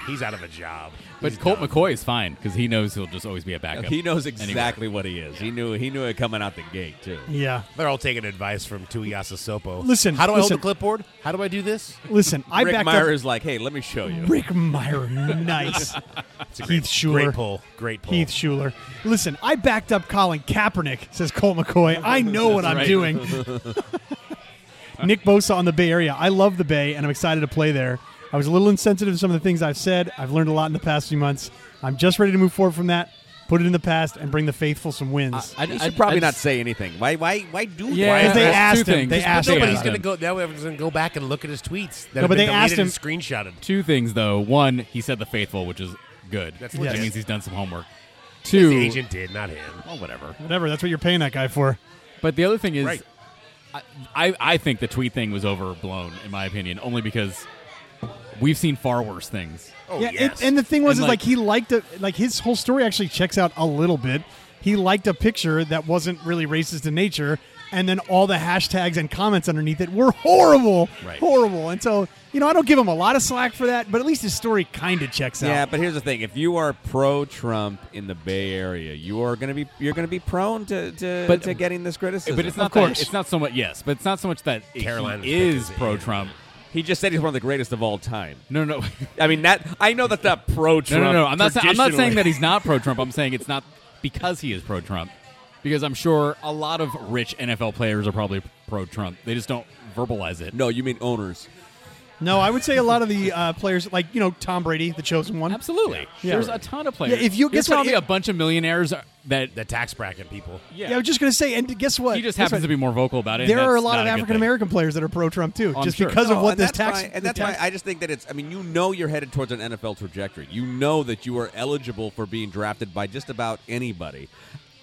Speaker 1: he's out of a job.
Speaker 3: But
Speaker 1: He's
Speaker 3: Colt
Speaker 1: done.
Speaker 3: McCoy is fine because he knows he'll just always be a backup.
Speaker 5: He knows
Speaker 3: anywhere.
Speaker 5: exactly what he is. He knew he knew it coming out the gate too.
Speaker 2: Yeah.
Speaker 1: They're all taking advice from Tuiasa Sopo.
Speaker 2: Listen,
Speaker 1: how do I
Speaker 2: listen.
Speaker 1: hold a clipboard? How do I do this?
Speaker 2: Listen, I
Speaker 5: Rick
Speaker 2: backed
Speaker 5: Meyer
Speaker 2: up.
Speaker 5: is like, hey, let me show you.
Speaker 2: Rick Meyer, nice.
Speaker 1: It's a
Speaker 2: Heath Schuler.
Speaker 1: Great pull. Great pull.
Speaker 2: Keith Schuler. Listen, I backed up Colin Kaepernick, says Colt McCoy. I know what I'm
Speaker 3: Right.
Speaker 2: doing. Nick Bosa on the Bay Area. I love the Bay, and I'm excited to play there. I was a little insensitive to some of the things I've said. I've learned a lot in the past few months. I'm just ready to move forward from that, put it in the past, and bring the faithful some wins.
Speaker 5: I, you should
Speaker 3: I-
Speaker 5: probably
Speaker 3: I
Speaker 5: not
Speaker 3: just-
Speaker 5: say anything. Why? Why? Why do?
Speaker 3: Yeah,
Speaker 5: Why
Speaker 2: Because
Speaker 5: is
Speaker 2: they
Speaker 5: that?
Speaker 2: asked
Speaker 3: two
Speaker 2: him.
Speaker 3: things.
Speaker 2: They asked
Speaker 3: but
Speaker 2: him.
Speaker 1: Nobody's
Speaker 3: nobody's
Speaker 1: gonna
Speaker 3: going to go.
Speaker 1: go. Now everyone's gonna go back and look at his tweets. That
Speaker 2: No,
Speaker 1: have
Speaker 2: but
Speaker 1: been
Speaker 2: they
Speaker 1: deleted
Speaker 2: asked
Speaker 1: and screenshotted.
Speaker 3: Two things though. One, he said the faithful, which is good.
Speaker 1: That's
Speaker 3: That
Speaker 2: legit.
Speaker 3: means he's done some homework.
Speaker 1: His
Speaker 3: Two,
Speaker 1: agent did, not him.
Speaker 3: well, whatever.
Speaker 2: Whatever, that's what you're paying that guy for.
Speaker 3: But the other thing is,
Speaker 1: Right.
Speaker 3: I, I I think the tweet thing was overblown in my opinion, only because we've seen far worse things.
Speaker 1: Oh
Speaker 2: yeah, it-
Speaker 1: yes.
Speaker 2: and the thing was,
Speaker 3: And,
Speaker 2: is like,
Speaker 3: like-
Speaker 2: he liked a like his whole story actually checks out a little bit. He liked a picture that wasn't really racist in nature, and then all the hashtags and comments underneath it were horrible,
Speaker 3: Right.
Speaker 2: horrible. And so, you know, I don't give him a lot of slack for that, but at least his story kind of checks out.
Speaker 5: Yeah, but here's the thing: if you are pro-Trump in the Bay Area, you are gonna be you're gonna be prone to to,
Speaker 3: But-
Speaker 5: to getting this criticism.
Speaker 3: But it's not
Speaker 2: Of course.
Speaker 3: that, it's not so much yes, but it's not so much that
Speaker 1: Carolina's
Speaker 3: he is
Speaker 1: pick is
Speaker 3: pro
Speaker 1: in.
Speaker 3: Trump.
Speaker 5: He just said he's one of the greatest of all time.
Speaker 3: No, no, no.
Speaker 5: I mean, that I know that that
Speaker 3: no,
Speaker 5: pro-Trump.
Speaker 3: no, no. I'm not. sa- I'm not saying
Speaker 5: traditionally-
Speaker 3: that he's not pro Trump. I'm saying it's not because he is pro Trump. Because I'm sure a lot of rich NFL players are probably pro Trump. They just don't verbalize it.
Speaker 5: No, you mean owners.
Speaker 2: No, I would say a lot of the uh, players, like you know, Tom Brady, the chosen one.
Speaker 3: Absolutely.
Speaker 2: Yeah.
Speaker 3: There's
Speaker 2: Sure.
Speaker 3: a ton of players.
Speaker 2: Yeah, if you-
Speaker 3: There's
Speaker 2: guess what,
Speaker 3: probably
Speaker 2: it-
Speaker 3: a bunch of millionaires are- that,
Speaker 1: the tax bracket people.
Speaker 3: yeah.
Speaker 2: Yeah, I was just gonna say, and guess what?
Speaker 3: he just
Speaker 2: Guess
Speaker 3: happens to
Speaker 2: what?
Speaker 3: be more vocal about it. and
Speaker 2: There are a
Speaker 3: that's
Speaker 2: lot
Speaker 3: not
Speaker 2: of
Speaker 3: good
Speaker 2: African
Speaker 3: thing. Oh,
Speaker 2: American players that are pro Trump too,
Speaker 3: I'm
Speaker 2: just
Speaker 3: sure.
Speaker 2: because of
Speaker 5: No,
Speaker 2: what
Speaker 5: Oh, and
Speaker 2: this
Speaker 5: that's
Speaker 2: tax
Speaker 5: why- and
Speaker 2: the
Speaker 5: that's
Speaker 2: tax-
Speaker 5: why I just think that it's. I mean, you know, you're headed towards an NFL trajectory. You know that you are eligible for being drafted by just about anybody.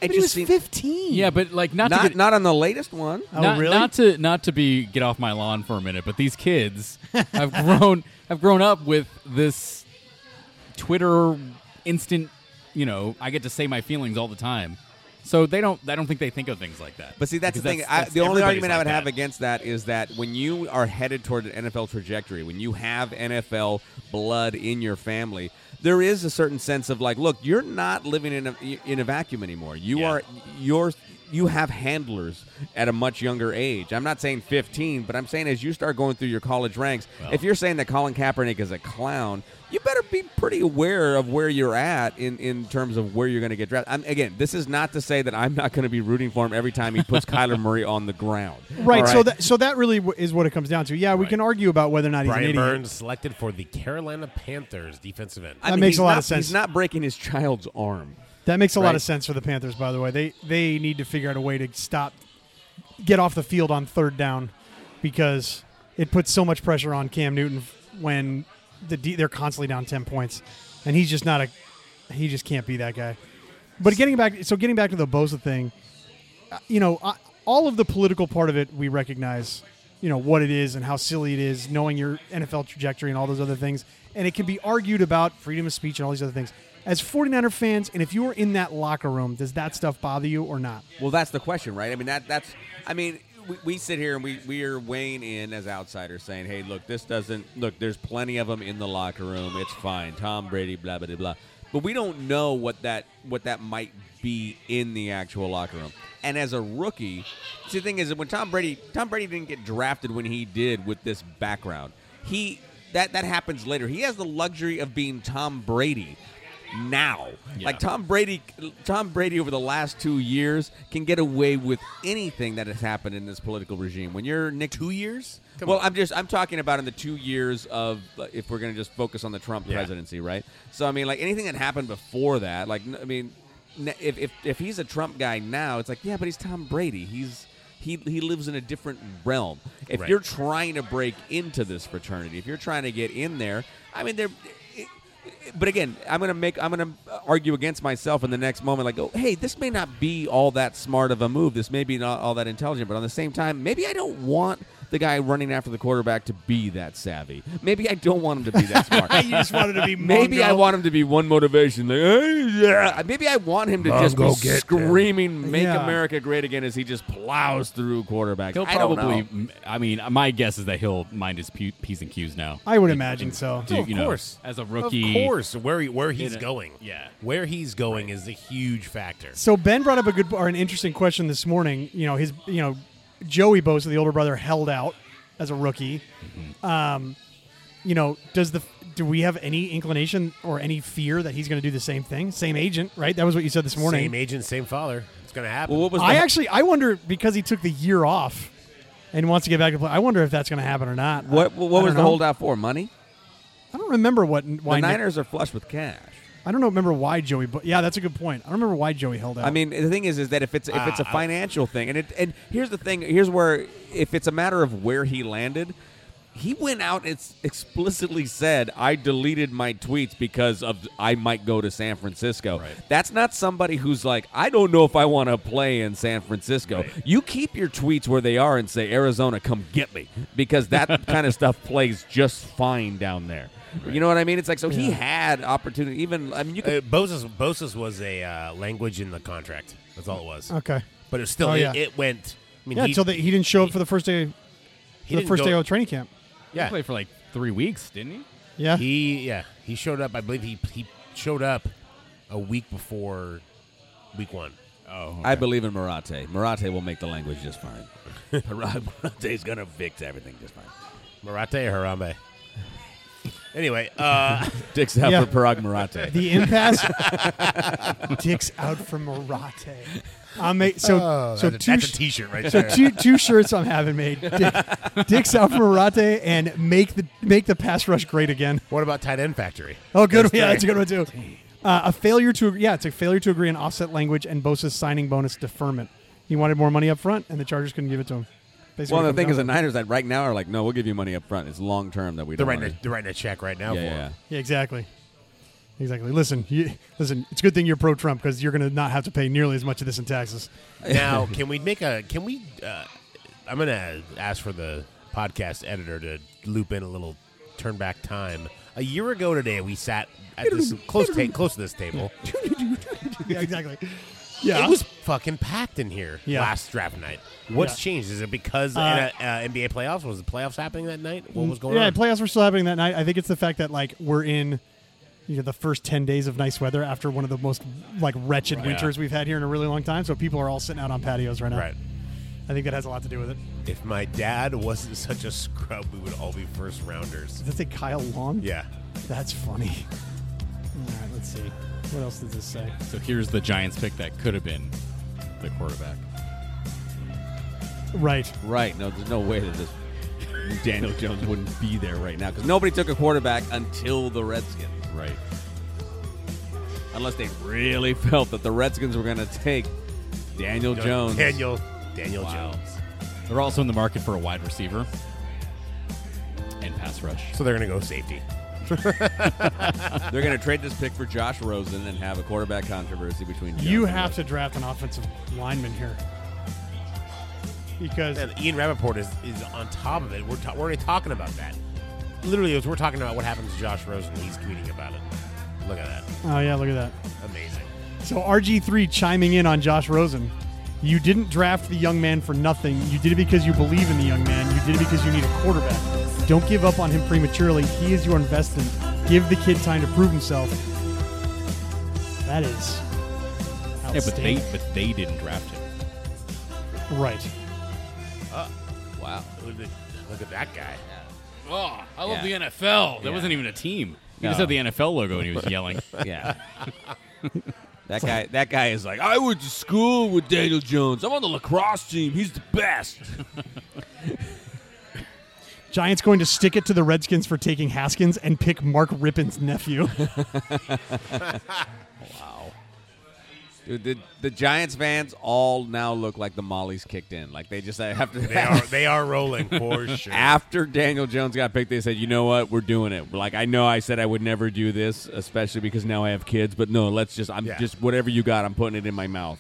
Speaker 5: It
Speaker 2: But he
Speaker 5: just
Speaker 2: was
Speaker 5: seems-
Speaker 2: fifteen.
Speaker 3: Yeah, but like not
Speaker 5: not
Speaker 3: to get,
Speaker 5: not on the latest one.
Speaker 2: Oh,
Speaker 3: not,
Speaker 2: really?
Speaker 3: not to not to be get off my lawn for a minute, but these kids have grown have grown up with this Twitter instant, you know, I get to say my feelings all the time. So they don't I don't think they think of things like that.
Speaker 5: But see, that's the
Speaker 3: Because
Speaker 5: thing. I, the only
Speaker 3: everybody's
Speaker 5: argument I
Speaker 3: like
Speaker 5: would have
Speaker 3: that.
Speaker 5: against that is that when you are headed toward an NFL trajectory, when you have NFL blood in your family, there is a certain sense of like, look, you're not living in a in a vacuum anymore. You
Speaker 3: Yeah.
Speaker 5: are you're you have handlers at a much younger age. I'm not saying 15, but I'm saying as you start going through your college ranks, if you're saying that Colin Kaepernick is a clown, you better be pretty aware of where you're at in, in terms of where you're going to get drafted. I'm, again, this is not to say that I'm not going to be rooting for him every time he puts Kyler Murray on the ground.
Speaker 2: Right,
Speaker 5: All
Speaker 2: So that so that really w- is what it comes down to. Yeah, we can argue about whether or not he's an
Speaker 1: Brian
Speaker 2: idiot.
Speaker 1: Burns selected for the Carolina Panthers defensive end.
Speaker 5: I
Speaker 2: that makes
Speaker 5: he's
Speaker 2: a lot
Speaker 5: not-
Speaker 2: of sense.
Speaker 5: He's not breaking his child's arm.
Speaker 2: That makes a lot of
Speaker 5: Right.
Speaker 2: sense for the Panthers, by the way. They they need to figure out a way to stop, get off the field on third down, because it puts so much pressure on Cam Newton f- when the D, they're constantly down ten points, and he's just not a, he just can't be that guy. But getting back, so getting back to the Bosa thing, uh, you know, I, all of the political part of it, we recognize, you know, what it is and how silly it is, knowing your NFL trajectory and all those other things. And it can be argued about freedom of speech and all these other things. As 49er fans, and if you were in that locker room, does that stuff bother you or not?
Speaker 5: Well, that's the question, right? I mean, that that's. I mean, we, we sit here and we we are weighing in as outsiders, saying, "Hey, look, this doesn't look. There's plenty of them in the locker room. It's fine. Tom Brady, blah blah blah." blah. But we don't know what that what that might be in the actual locker room. And as a rookie, see, the thing is that when Tom Brady Tom Brady didn't get drafted when he did with this background. He that that happens later. He has the luxury of being Tom Brady now. Like Tom Brady, Tom Brady over the last two years can get away with anything that has happened in this political regime. When you're Nick, two years? well, I'm just I'm talking about in the two years of uh, if we're going to just focus on the Trump presidency, right? So I mean, like anything that happened before that, like n- I mean, n- if if if he's a Trump guy now, it's like yeah, but he's Tom Brady. He's he, he lives in a different realm. If
Speaker 1: Right.
Speaker 5: you're trying to break into this fraternity, if you're trying to get in there, I mean, there but again, I'm gonna make I'm gonna argue against myself in the next moment. Like, oh, hey, this may not be all that smart of a move. This may be not all that intelligent. But on the same time, maybe I don't want the guy running after the quarterback to be that savvy. Maybe I don't want him to be that smart.
Speaker 2: you just wanted to be
Speaker 5: Maybe I
Speaker 2: Mongo.
Speaker 5: want him to be one motivation. Like, "Hey, yeah." Maybe I want him to just
Speaker 1: Mongo,
Speaker 5: be
Speaker 1: get them.
Speaker 5: screaming "Make
Speaker 2: Yeah.
Speaker 5: America Great Again" as he just plows through quarterbacks.
Speaker 3: He'll
Speaker 5: I don't
Speaker 3: probably.
Speaker 5: know.
Speaker 3: m- I mean, my guess is that he'll mind his pu- p's and q's now.
Speaker 2: I would imagine so.
Speaker 3: Do-
Speaker 1: Oh, of
Speaker 3: you know,
Speaker 1: course.
Speaker 3: as a rookie,
Speaker 1: Of course, where he, where he's
Speaker 3: a-
Speaker 1: going.
Speaker 3: yeah.
Speaker 1: Where he's going is a huge factor.
Speaker 2: So Ben brought up a good or an interesting question this morning. You know, his you know, Joey Bosa, the older brother, held out as a rookie. Um, you know, does the do we have any inclination or any fear that he's going to do the same thing? Same agent, right? That was what you said this morning.
Speaker 1: Same agent, same father. It's going to happen.
Speaker 5: Well, what was
Speaker 2: I
Speaker 5: the-
Speaker 2: actually I wonder because he took the year off and wants to get back to play. I wonder if that's going to happen or not.
Speaker 5: what,
Speaker 2: I
Speaker 5: what was
Speaker 2: don't
Speaker 5: the
Speaker 2: know.
Speaker 5: holdout for? Money.
Speaker 2: I don't remember what
Speaker 5: The
Speaker 2: why Nick-
Speaker 5: Niners are flush with cash.
Speaker 2: I don't know remember why Joey. But yeah, that's a good point. I don't remember why Joey held out.
Speaker 5: I mean, the thing is, is that if it's if it's a
Speaker 1: Ah.
Speaker 5: financial thing, and it and here's the thing, here's where if it's a matter of where he landed, he went out and s- explicitly said, "I deleted my tweets because of I might go to San Francisco."
Speaker 3: Right.
Speaker 5: That's not somebody who's like, "I don't know if I want to play in San Francisco." You keep your tweets where they are and say, "Arizona, come get me," because that kind of stuff plays just fine down there. You know what I mean? It's like so he had opportunity. Even I mean, you could
Speaker 1: Uh, Bosa's, Bosa's was a uh, language in the contract. That's all it was.
Speaker 2: okay.
Speaker 1: But it was still,
Speaker 2: Oh,
Speaker 1: it,
Speaker 2: yeah.
Speaker 1: it went. I mean,
Speaker 2: Yeah,
Speaker 1: he,
Speaker 2: until they, he didn't show up for the first day.
Speaker 1: he
Speaker 2: the
Speaker 1: didn't
Speaker 2: first
Speaker 1: go-
Speaker 2: day of training camp.
Speaker 3: He
Speaker 1: Yeah.
Speaker 3: played for like three weeks, didn't he?
Speaker 2: Yeah.
Speaker 1: He, yeah. He showed up, I believe he, he showed up a week before week one.
Speaker 3: Oh,
Speaker 5: I believe in Marate. Marate will make the language just fine. Marate is going to fix everything just fine.
Speaker 1: Marate or Harambe? anyway, uh,
Speaker 5: Dicks out
Speaker 2: Yeah.
Speaker 5: for Parag Marate.
Speaker 2: the impasse dicks out for Marate. I'm ma- so so
Speaker 1: Oh, that's, a,
Speaker 2: two
Speaker 1: that's a
Speaker 2: sh-
Speaker 1: t-shirt right
Speaker 2: so
Speaker 1: there.
Speaker 2: two two shirts I'm having made. Dick, dicks out for Marate and make the make the pass rush great again.
Speaker 1: what about tight end factory?
Speaker 2: Oh, good.
Speaker 1: That's
Speaker 2: yeah,
Speaker 1: right.
Speaker 2: that's a good one too. Uh, a failure to yeah, it's a failure to agree on offset language and Bosa's signing bonus deferment. He wanted more money up front, and the Chargers couldn't give it to him. Basically,
Speaker 5: Well,
Speaker 2: what
Speaker 5: the
Speaker 2: it
Speaker 5: thing
Speaker 2: comes
Speaker 5: is, the
Speaker 2: down to.
Speaker 5: Niners that right now are like, no, we'll give you money up front. It's long term that we
Speaker 1: They're
Speaker 5: don't.
Speaker 1: writing, a,
Speaker 5: want
Speaker 1: they're writing a check right now
Speaker 5: to-
Speaker 1: for
Speaker 5: yeah, yeah,
Speaker 1: him.
Speaker 5: yeah.
Speaker 2: yeah, exactly, exactly. Listen, you, listen, it's a good thing you're pro Trump because you're going to not have to pay nearly as much of this in taxes.
Speaker 1: Now, can we make a? Can we? Uh, I'm gonna ask for the podcast editor to loop in a little turn back time. A year ago today, we sat at this close ta- close to this table.
Speaker 2: yeah, exactly. Yeah,
Speaker 1: It was fucking packed in here
Speaker 2: Yeah.
Speaker 1: last draft night. What's changed? Is it because
Speaker 2: Uh, Mm,
Speaker 1: the N- uh, NBA playoffs? Was the playoffs happening that night? What was going
Speaker 2: yeah,
Speaker 1: on?
Speaker 2: playoffs were still happening that night. I think it's the fact that like we're in, you know, the first ten days of nice weather after one of the most like wretched winters we've had here in a really long time. So people are all sitting out on patios right now.
Speaker 1: right.
Speaker 2: I think that has a lot to do with it.
Speaker 1: If my dad wasn't such a scrub, we would all be first rounders.
Speaker 2: Does that say Kyle Long?
Speaker 1: Yeah.
Speaker 2: That's funny. All right, let's see. What else does this say?
Speaker 3: So here's the Giants pick that could have been the quarterback.
Speaker 2: Right.
Speaker 5: Right. No, there's no way that this Daniel Jones wouldn't be there right now because nobody took a quarterback until the Redskins.
Speaker 3: Right.
Speaker 5: Unless they really felt that the Redskins were going to take Daniel Jones.
Speaker 1: Daniel. Daniel
Speaker 3: Wow.
Speaker 1: Jones.
Speaker 3: They're also in the market for a wide receiver and pass rush.
Speaker 1: So they're gonna go safety.
Speaker 5: They're going to trade this pick for Josh Rosen and have a quarterback controversy between Jones
Speaker 2: You
Speaker 5: and
Speaker 2: have
Speaker 5: Rosen.
Speaker 2: to draft an offensive lineman here because
Speaker 1: And Ian Rappaport is, is on top of it. We're, ta- we're already talking about that. Literally, as we're talking about what happened to Josh Rosen, he's tweeting about it. Look at that.
Speaker 2: oh yeah, look at that.
Speaker 1: Amazing.
Speaker 2: So RG3 chiming in on Josh Rosen. You didn't draft the young man for nothing. You did it because you believe in the young man. You did it because you need a quarterback. Don't give up on him prematurely. He is your investment. Give the kid time to prove himself. That is
Speaker 3: Yeah, but
Speaker 2: outstanding.
Speaker 3: they but they didn't draft him.
Speaker 2: right.
Speaker 5: Wow.
Speaker 1: Look at, look at that guy.
Speaker 3: Oh, I
Speaker 5: love Yeah.
Speaker 3: the NFL. That
Speaker 5: Yeah.
Speaker 3: wasn't even a team. He
Speaker 5: No.
Speaker 3: just had the NFL logo and he was yelling.
Speaker 5: Yeah. that guy that guy is like, I went to school with Daniel Jones. I'm on the lacrosse team. He's the best.
Speaker 2: Giants going to stick it to the Redskins for taking Haskins and pick Mark Rippin's nephew.
Speaker 5: Dude, the, the Giants fans all now look like the Mollies kicked in. Like they just have to
Speaker 1: They are they are rolling for sure.
Speaker 5: after Daniel Jones got picked, they said, "You know what? We're doing it." Like I know I said I would never do this, especially because now I have kids, but no, let's just I'm
Speaker 1: Yeah.
Speaker 5: just whatever you got, I'm putting it in my mouth.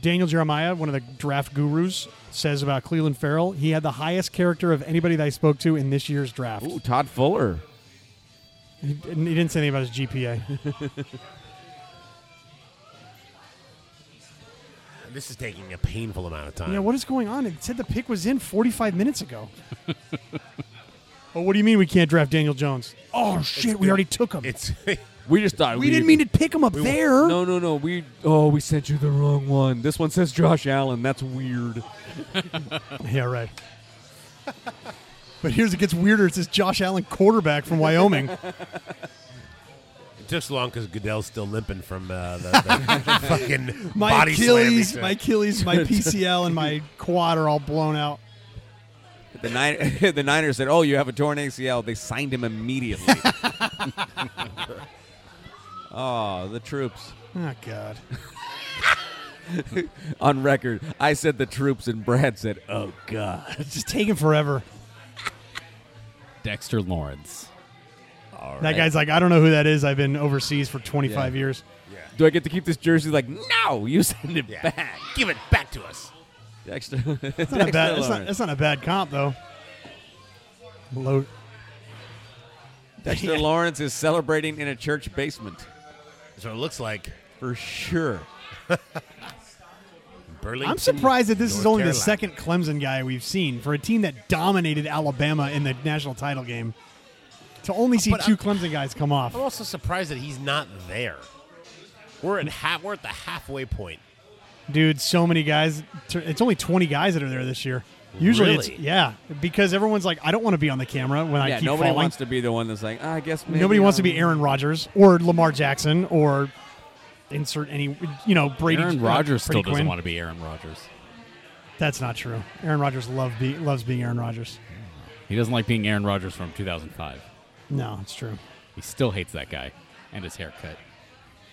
Speaker 2: Daniel Jeremiah, one of the draft gurus, says about Cleveland Farrell, he had the highest character of anybody that I spoke to in this year's draft.
Speaker 5: Ooh, Todd Fuller.
Speaker 2: He, didn't- he didn't say anything about his GPA.
Speaker 1: This is taking a painful amount of time.
Speaker 2: yeah, what is going on? It said the pick was in 45 minutes ago. oh, what do you mean we can't draft Daniel Jones? Oh, shit, we already took him.
Speaker 1: It's
Speaker 5: We just thought
Speaker 2: we didn't mean to pick him up there.
Speaker 5: No, no, no. We oh, we sent you the wrong one. This one says Josh Allen. That's weird.
Speaker 2: Yeah, right. but here's it gets weirder. It's this Josh Allen quarterback from Wyoming.
Speaker 1: it took so long because Goodell's still limping from uh, the, the fucking
Speaker 2: My
Speaker 1: body slam he
Speaker 2: Achilles,
Speaker 1: took.
Speaker 2: my Achilles, my PCL, and my quad are all blown out.
Speaker 5: The nine, the Niners said, "Oh, you have a torn ACL." They signed him immediately. oh, the troops
Speaker 2: Oh God.
Speaker 5: on record. I said the troops, and Brad said, "Oh God."
Speaker 2: It's just taking forever.
Speaker 3: Dexter Lawrence.
Speaker 2: That guy's like, I don't know who that is. I've been overseas for 25
Speaker 5: Yeah.
Speaker 2: years.
Speaker 5: Do I get to keep this jersey? Like, no, you send it
Speaker 1: Yeah.
Speaker 5: back.
Speaker 1: Give it back to us.
Speaker 5: Dexter.
Speaker 2: It's not, a bad, it's, not, it's not a bad comp though. Low,
Speaker 5: Dexter Lawrence is celebrating in a church basement
Speaker 1: That's what it looks like.
Speaker 5: for sure.
Speaker 1: Burlington.
Speaker 2: I'm surprised that this is
Speaker 1: North
Speaker 2: only the
Speaker 1: Carolina.
Speaker 2: second Clemson guy we've seen for a team that dominated Alabama in the national title game. To only see
Speaker 1: But
Speaker 2: 2
Speaker 1: I'm- Oh.
Speaker 2: Clemson guys come off.
Speaker 1: I'm also surprised that he's not there. We're at half. We're at the halfway point.
Speaker 2: dude so many guys t- it's only 20 guys that are there this year usually it's
Speaker 1: Really?
Speaker 2: yeah because everyone's like i don't want to be on the camera when i
Speaker 5: yeah,
Speaker 2: keep
Speaker 5: nobody
Speaker 2: falling
Speaker 5: wants to be the one that's like, "Ah, I guess maybe
Speaker 2: nobody wants to
Speaker 5: I'll-
Speaker 2: be aaron rodgers or lamar jackson or insert any you know brady
Speaker 3: Aaron
Speaker 2: uh,
Speaker 3: Rodgers
Speaker 2: Brady
Speaker 3: still doesn't
Speaker 2: Quinn.
Speaker 3: want to be Aaron Rodgers.
Speaker 2: that's not true aaron rodgers love be- loves being aaron rodgers
Speaker 3: He doesn't like being Aaron Rodgers from 2005.
Speaker 2: no it's true
Speaker 3: He still hates that guy and his haircut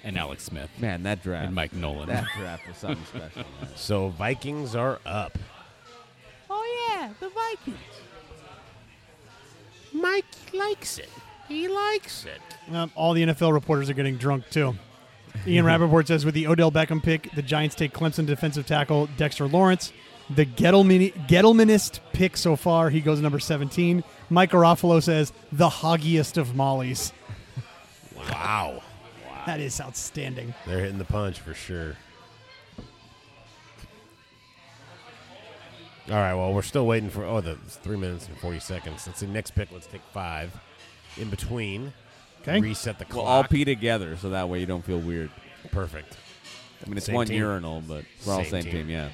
Speaker 3: and Alex Smith
Speaker 5: Man, that draft.
Speaker 3: and Mike Nolan.
Speaker 5: That draft was something special. man.
Speaker 1: So Vikings are up.
Speaker 6: Oh yeah, the Vikings.
Speaker 1: Mike likes it. He likes it.
Speaker 2: Um, all the nfl reporters are getting drunk too Ian Rappaport says with the Odell Beckham pick, the Giants take Clemson defensive tackle Dexter Lawrence. The Gettleman, Gettlemanist pick so far, he goes number 17. Mike Garofalo says, the hoggiest of mollies.
Speaker 1: Wow.
Speaker 2: That is outstanding.
Speaker 1: They're hitting the punch for sure. All right. Well, we're still waiting for. Oh, the it's three minutes and forty seconds. Let's see. Next pick. Let's take five. In between.
Speaker 2: Okay.
Speaker 1: Reset the
Speaker 5: We'll
Speaker 1: clock.
Speaker 5: all pee together, so that way you don't feel weird.
Speaker 1: Perfect.
Speaker 5: I mean, it's
Speaker 1: Same
Speaker 5: one
Speaker 1: team.
Speaker 5: urinal, but we're all
Speaker 1: Same
Speaker 5: same
Speaker 1: team.
Speaker 5: team, yeah.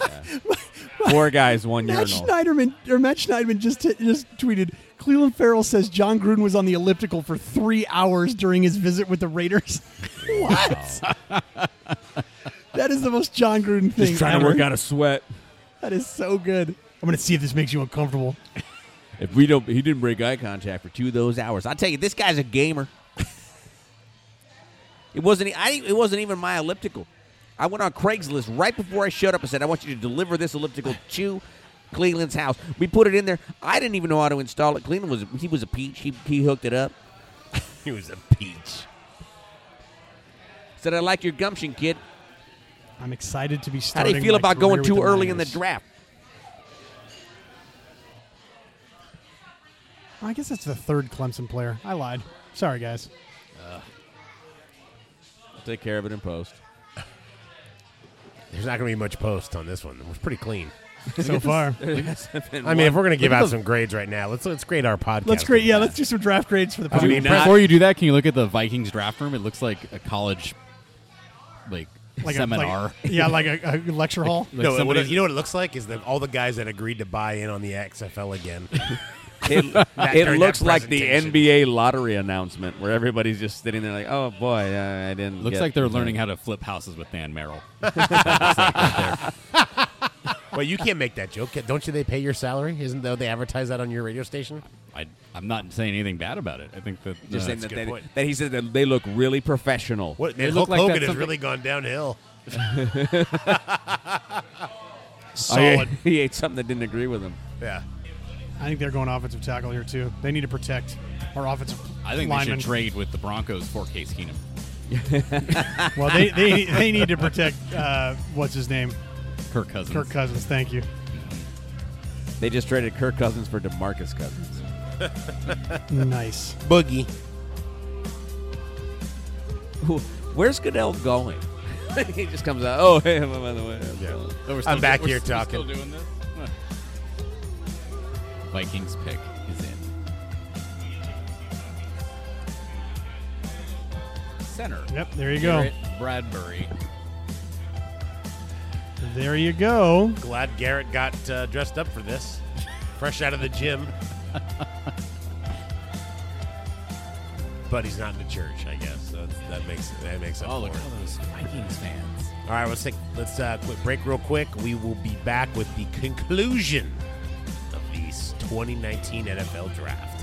Speaker 5: Yeah. Four guys, one
Speaker 2: Matt
Speaker 5: urinal.
Speaker 2: Schneiderman, or Matt Schneiderman just, t- just tweeted, Cleveland Farrell says John Gruden was on the elliptical for three hours during his visit with the Raiders. what? that is the most John Gruden thing ever.
Speaker 5: a sweat.
Speaker 2: That is so good. I'm going to see if this makes you uncomfortable.
Speaker 5: If we don't, he didn't break eye contact for two of those hours. I tell you, this guy's a gamer. it wasn't. e- I. It wasn't even my elliptical. I went on Craigslist right before I showed up and said, "I want you to deliver this elliptical to Cleveland's house." We put it in there. I didn't even know how to install it. Cleveland was. He was a peach. He he hooked it up.
Speaker 1: He was a peach.
Speaker 5: Said, "I like your gumption, kid."
Speaker 2: I'm excited to be
Speaker 5: How
Speaker 2: starting.
Speaker 5: do you feel
Speaker 2: my
Speaker 5: about
Speaker 2: career
Speaker 5: going
Speaker 2: with
Speaker 5: too early in the
Speaker 2: Niners.
Speaker 5: draft?
Speaker 2: I guess that's the third Clemson player. I lied. Sorry, guys.
Speaker 5: I'll take care of it in post.
Speaker 1: There's not going to be much post on this one. We're pretty clean.
Speaker 2: So far,
Speaker 1: I mean, if we're going to give out some grades right now, let's let's grade our podcast.
Speaker 2: let's great. Yeah, let's do some draft grades for the
Speaker 5: do
Speaker 2: podcast.
Speaker 5: we not-
Speaker 3: Before you do that, can you look at the Vikings draft room? It looks like a college, like, seminar.
Speaker 2: A, like, yeah, like a, a lecture hall.
Speaker 3: Like
Speaker 1: No, what it,
Speaker 3: somebody's-
Speaker 1: you know what it looks like is that all the guys that agreed to buy in on the XFL again.
Speaker 5: It, it
Speaker 1: during
Speaker 5: looks
Speaker 1: that
Speaker 5: like the
Speaker 1: presentation.
Speaker 5: NBA lottery announcement where everybody's just sitting there like, oh boy, uh, I didn't.
Speaker 3: looks
Speaker 5: get-
Speaker 3: like they're learning how to flip houses with Dan Merrill.
Speaker 1: well, you can't make that joke, don't you? They pay your salary, isn't though they advertise that on your radio station?
Speaker 3: I, I'm not saying anything bad about it. I think that
Speaker 5: Just
Speaker 3: uh,
Speaker 5: saying that,
Speaker 1: good
Speaker 5: they,
Speaker 1: point.
Speaker 5: that he said that they look really professional.
Speaker 1: What
Speaker 3: They
Speaker 1: man,
Speaker 3: look
Speaker 1: Hulk
Speaker 3: like
Speaker 1: Hogan
Speaker 3: that's
Speaker 1: has
Speaker 3: something-
Speaker 1: really gone downhill.
Speaker 5: Oh, yeah,
Speaker 2: Solid.
Speaker 5: he ate something that didn't agree with him.
Speaker 1: Yeah,
Speaker 2: I think they're going offensive tackle here too. They need to protect our offensive
Speaker 3: I think they
Speaker 2: linemen.
Speaker 3: should trade with the Broncos for Case Keenum.
Speaker 2: Well, they, they, they need to protect uh, what's his name,
Speaker 3: Kirk Cousins.
Speaker 2: Kirk Cousins. Thank you.
Speaker 5: They just traded Kirk Cousins for DeMarcus Cousins.
Speaker 2: Nice.
Speaker 1: Boogie.
Speaker 5: Who- Where's Goodell going? he just comes out. Oh, hey, by the way, I'm going."
Speaker 3: Oh, we're
Speaker 1: I'm back
Speaker 3: we're
Speaker 1: here
Speaker 3: s- we're
Speaker 1: talking.
Speaker 3: still doing this? Huh. Vikings pick is in. Center.
Speaker 2: Yep. There you go.
Speaker 3: Garrett Bradbury.
Speaker 2: There you go.
Speaker 1: Glad Garrett got uh, dressed up for this. Fresh out of the gym. but he's not in the church, I guess. So it's- that makes that makes up
Speaker 3: Oh, look
Speaker 1: for
Speaker 3: at
Speaker 1: it.
Speaker 3: all those Vikings fans.
Speaker 1: All right, let's take let's uh, quick break real quick. We will be back with the conclusion of the 2019 NFL Draft.